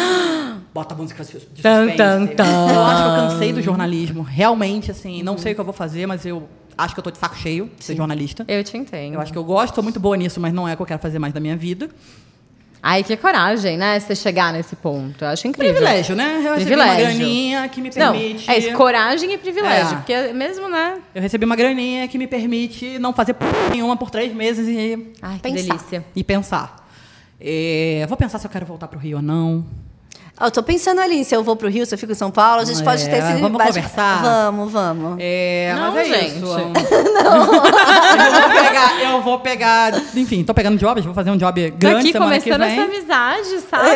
C: [gasps] Bota a música de suspense.
A: Tan, tan, tan. Uhum.
C: Eu acho que eu cansei do jornalismo. Realmente, assim, não sei o que eu vou fazer, mas eu acho que eu tô de saco cheio de ser jornalista.
A: Eu te entendo.
C: Eu acho que eu gosto, sou muito boa nisso, mas não é o que eu quero fazer mais da minha vida.
A: Ai, que coragem, né? Você chegar nesse ponto. Eu acho incrível.
C: Privilégio, né? Eu recebi uma
A: Privilégio.
C: graninha que me
A: Não,
C: permite.
A: é isso, coragem e privilégio.
C: É.
A: Porque é mesmo, né?
C: Eu recebi uma graninha que me permite não fazer p nenhuma por três meses e,
A: Ai, que
B: Pensar.
A: delícia.
C: e pensar. É, vou pensar se eu quero voltar pro Rio ou não.
B: Ah, Eu tô pensando ali, se eu vou pro Rio, se eu fico em São Paulo, a gente
C: É,
B: pode ter esse...
C: vamos
B: bate-
C: conversar?
B: Vamos, vamos.
C: É,
A: Não,
C: mas é
A: gente.
C: isso.
A: [laughs]
C: Não. eu, vou pegar, eu vou pegar. Enfim, tô pegando jobs, vou fazer um job grande
A: Tô aqui
C: semana que
A: começando essa
C: vem.
A: amizade, sabe?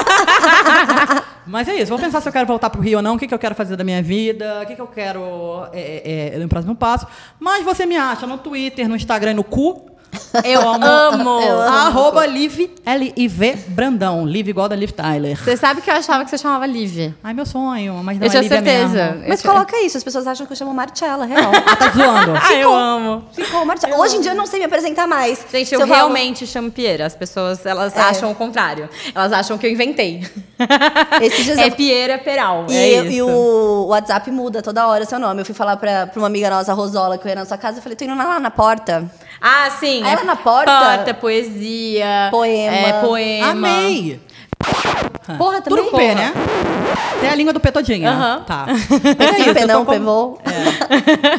C: Exato. Mas é isso, vou pensar se eu quero voltar pro Rio ou não, o que, que eu quero fazer da minha vida, o que, que eu quero é, é, é, no próximo passo. Mas você me acha no Twitter, no Instagram e no cu.
A: [laughs] Eu amo.
B: Eu amo.
C: Arroba Liv, L-I-V, Brandão. Liv igual da Liv Tyler.
A: Você sabe que eu achava que você chamava Liv.
C: Ai, meu sonho, mas não
A: Eu
C: é
A: tinha
C: Lívia
A: certeza.
C: mesmo.
A: Eu
B: Mas
A: tinha-
B: coloca isso, as pessoas acham que eu chamo Marcella, real.
C: Ah, tá zoando.
A: [laughs] Ah, eu amo.
B: Ficou Marcella. Hoje em dia eu não sei me apresentar mais.
A: Gente,
B: Se
A: eu,
B: falo-
A: realmente chamo Pieira. As pessoas, elas
B: É.
A: acham o contrário. Elas acham que eu [laughs] inventei.
B: Esses dias
A: é
B: eu-
A: Pieira Peral.
B: E,
A: é
B: eu-
A: isso.
B: e o WhatsApp muda toda hora seu nome. Eu fui falar pra, pra uma amiga nossa, a Rosola, que eu ia na sua casa, eu falei, tô indo lá na porta.
A: Ah, sim.
B: Aí lá na porta-
A: Porta, poesia.
B: Poema.
A: É, poema.
C: Amei.
B: Porra,
C: Tudo
B: também?
C: com P, né? Tem a língua do P todinha.
A: Aham. [laughs]
C: Tá.
B: Esse
C: isso, eu tô
B: penão,
C: com-
B: pevou.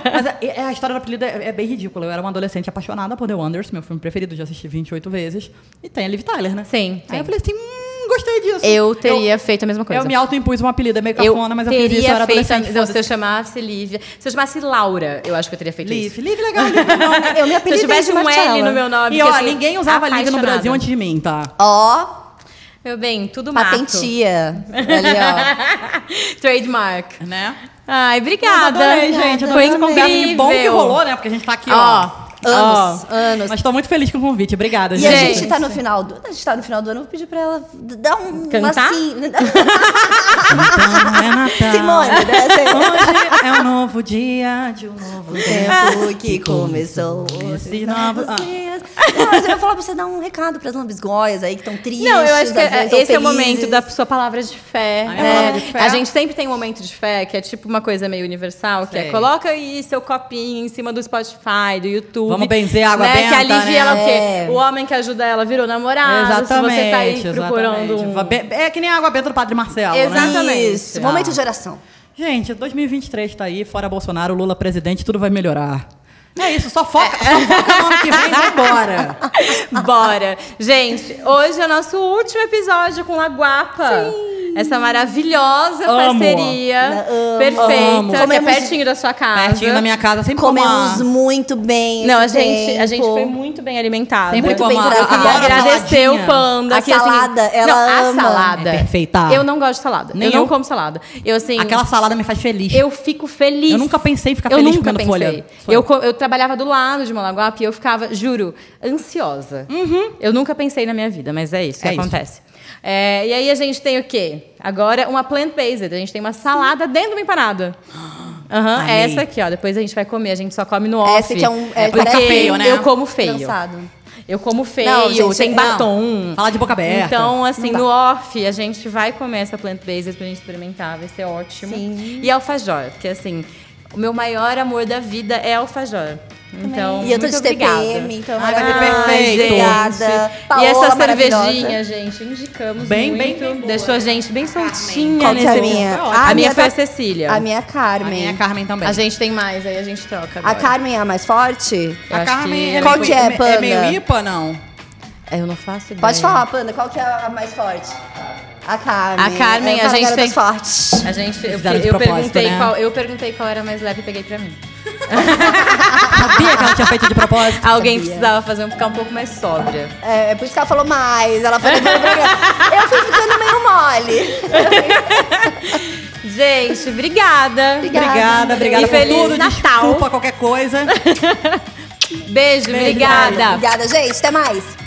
C: Mas a, é- a história do apelido é, é bem ridícula. Eu era uma adolescente apaixonada por The Wonders, meu filme preferido, já assisti 28 vezes. E tem a Liv Tyler, né?
A: Sim,
C: Aí
A: tem.
C: eu falei assim, hum, gostei disso.
A: Eu teria feito a mesma
C: Eu,
A: coisa.
C: eu me autoimpus um apelido, é meio
A: Eu
C: cafona, mas eu
A: teria
C: fiz isso, eu era
A: feito,
C: adolescente.
A: não,
C: foda-se.
A: se eu chamasse Lívia, se eu chamasse Laura, eu acho que eu teria feito
C: Liv,
A: isso.
C: Liv, legal, Liv, legal.
B: Eu me
A: Se eu
B: apelidei
A: tivesse
B: de
A: um L
B: Marcella.
A: no meu nome,
C: E
A: porque eu
C: ó,
A: sou
C: ninguém usava Liv no
A: apaixonada.
C: Brasil antes de mim, tá?
B: Ó,
A: Meu bem, tudo
B: patentia. Ali, ó.
A: mato. [laughs] Trademark.
C: Né?
A: Ai, obrigada.
C: Adorei, gente.
A: Foi
C: Adorei essa conversa.
A: incrível.
C: Que bom que rolou, né? Porque a gente tá aqui, ó.
A: Ó,
B: Anos,
A: ó.
B: anos.
C: Mas tô muito feliz com o convite. Obrigada,
B: E
C: gente.
B: a gente tá no final do. A gente tá no final do ano, eu vou pedir pra ela d- dar um
A: Cantar? Ah, tá.
B: assim.
C: Então, é Natal.
B: [laughs]
A: [laughs]
B: Simone, né?
C: Hoje é um novo dia de um novo
B: É.
C: tempo.
B: tempo que começou.
C: Esse novo- Ah.
B: dias. Não, mas eu vou falar pra você dar um recado pras lambisgoias aí que estão tristes.
A: Não, eu acho que
B: às
A: é- esse
B: vezes, ou
A: é o
B: felizes.
A: momento da sua palavra de fé.
C: Ah,
A: né?
C: minha palavra de fé?
A: A gente sempre tem um momento de fé, que é tipo uma coisa meio universal, que é
C: Sei.
A: coloca aí seu copinho em cima do Spotify, do YouTube.
C: Vamos benzer a água
A: né? Que a
C: benta,
A: Liv,
C: né?
A: ela o quê?
B: É.
A: O homem que ajuda ela virou namorado. Se você tá aí procurando um...
C: exatamente. É que nem a água benta do Padre Marcelo, né?
A: Exato. Exatamente.
B: Isso,
A: Ah.
B: momento de oração.
C: Gente, 2023 tá aí, fora Bolsonaro, Lula presidente, tudo vai melhorar. É isso, só foca, só foca no ano que vem e vai
A: [laughs]
C: embora.
A: Bora! Gente, hoje é o nosso último episódio com Laguapa. Sim. Essa maravilhosa
C: Amo.
A: parceria.
B: Amo.
A: perfeita.
C: Amo.
A: que
B: Comemos-
A: é pertinho da sua casa.
C: Pertinho da minha casa, sempre
B: Comemos
C: como a...
B: muito bem. esse
A: Não, a gente, a gente
B: tempo.
A: foi muito bem alimentada.
C: Sempre
B: Muito
C: como
B: bem
C: a,
A: Eu queria
B: Adoro
C: a- a
A: agradecer o
C: saladinha.
A: Panda.
B: A
A: que, assim,
B: salada, ela
A: não,
B: ama.
A: A salada.
C: É perfeita.
A: Eu não gosto de salada.
C: Nem
A: eu, não
C: eu.
A: como salada. Eu, assim...
C: Aquela salada me faz feliz.
A: Eu fico feliz.
C: Eu nunca pensei em ficar
A: eu
C: feliz
A: nunca
C: comendo
A: pensei.
C: folha. Folha.
A: Eu, co- eu trabalhava do lado de Malaguapa e eu ficava, juro, ansiosa.
B: Uhum.
A: Eu nunca pensei na minha vida, mas é isso que
C: É isso.
A: acontece. É, e aí a gente tem o quê? Agora uma plant-based. A gente tem uma salada dentro de uma empanada. [gasps] Aham, é
C: Amei.
A: essa aqui, ó. Depois a gente vai comer, a gente só come no off.
B: Essa que é um.
C: É porque
A: Porque
B: parece um
C: feio, né?
A: Eu como feio.
B: Cansado.
A: Eu como feio,
B: Não, gente,
A: tem
B: não.
A: batom.
C: Fala de boca aberta.
A: Então, assim,
B: dá.
A: no off, a gente vai comer essa plant-based pra gente experimentar, vai ser ótimo.
B: Sim.
A: E alfajor, porque assim, o meu maior amor da vida é alfajor. Então,
B: E eu tô
A: muito
B: de
A: obrigada.
B: TPM, então
C: Ai, vai ser
B: ah,
C: perfeito.
B: Obrigada.
A: e
B: Paola,
A: essa
B: maravilhosa.
A: cervejinha, gente, indicamos
C: Bem,
A: muito.
C: bem, bem boa,
A: Deixou a gente bem soltinha
B: Qual que
A: nesse
B: é a
A: episódio.
B: minha?
A: Foi ótimo.
B: Ah,
A: A minha
B: minha
A: foi a
B: da-
A: Cecília.
B: A minha é a Carmen.
C: A minha é a Carmen também.
A: A gente tem mais, aí a gente troca
B: A
A: agora.
B: Carmen é a mais forte?
A: Eu
C: A
A: acho
C: Carmen
A: que-
C: é,
B: Qual
C: meio,
B: que é,
C: é
A: né?
C: meio
B: Panda?
C: IPA, não?
A: É, Eu não faço ideia.
B: Pode falar, Panda, qual que é a mais forte? A Carmen.
A: A Carmen,
B: Eu
A: a
B: falo
A: gente
B: que ela é
A: tem-
B: mais forte.
A: A gente, eu,
C: Fizeram de
A: eu
C: propósito,
A: perguntei
C: né?
A: qual, eu perguntei qual era mais leve e peguei pra mim.
C: Sabia que ela tinha feito de propósito?
A: Alguém
C: Sabia.
A: precisava fazer um, ficar um pouco mais sóbria.
B: É, é por isso que ela falou mais. Ela falou
A: [laughs]
B: no programa. Eu fui ficando meio mole.
A: Gente, obrigada.
C: Obrigada, obrigada
A: E
C: por
A: Feliz
C: tudo.
A: Natal.
C: Desculpa qualquer coisa.
A: Beijo, obrigada.
B: Obrigada, gente. Até mais.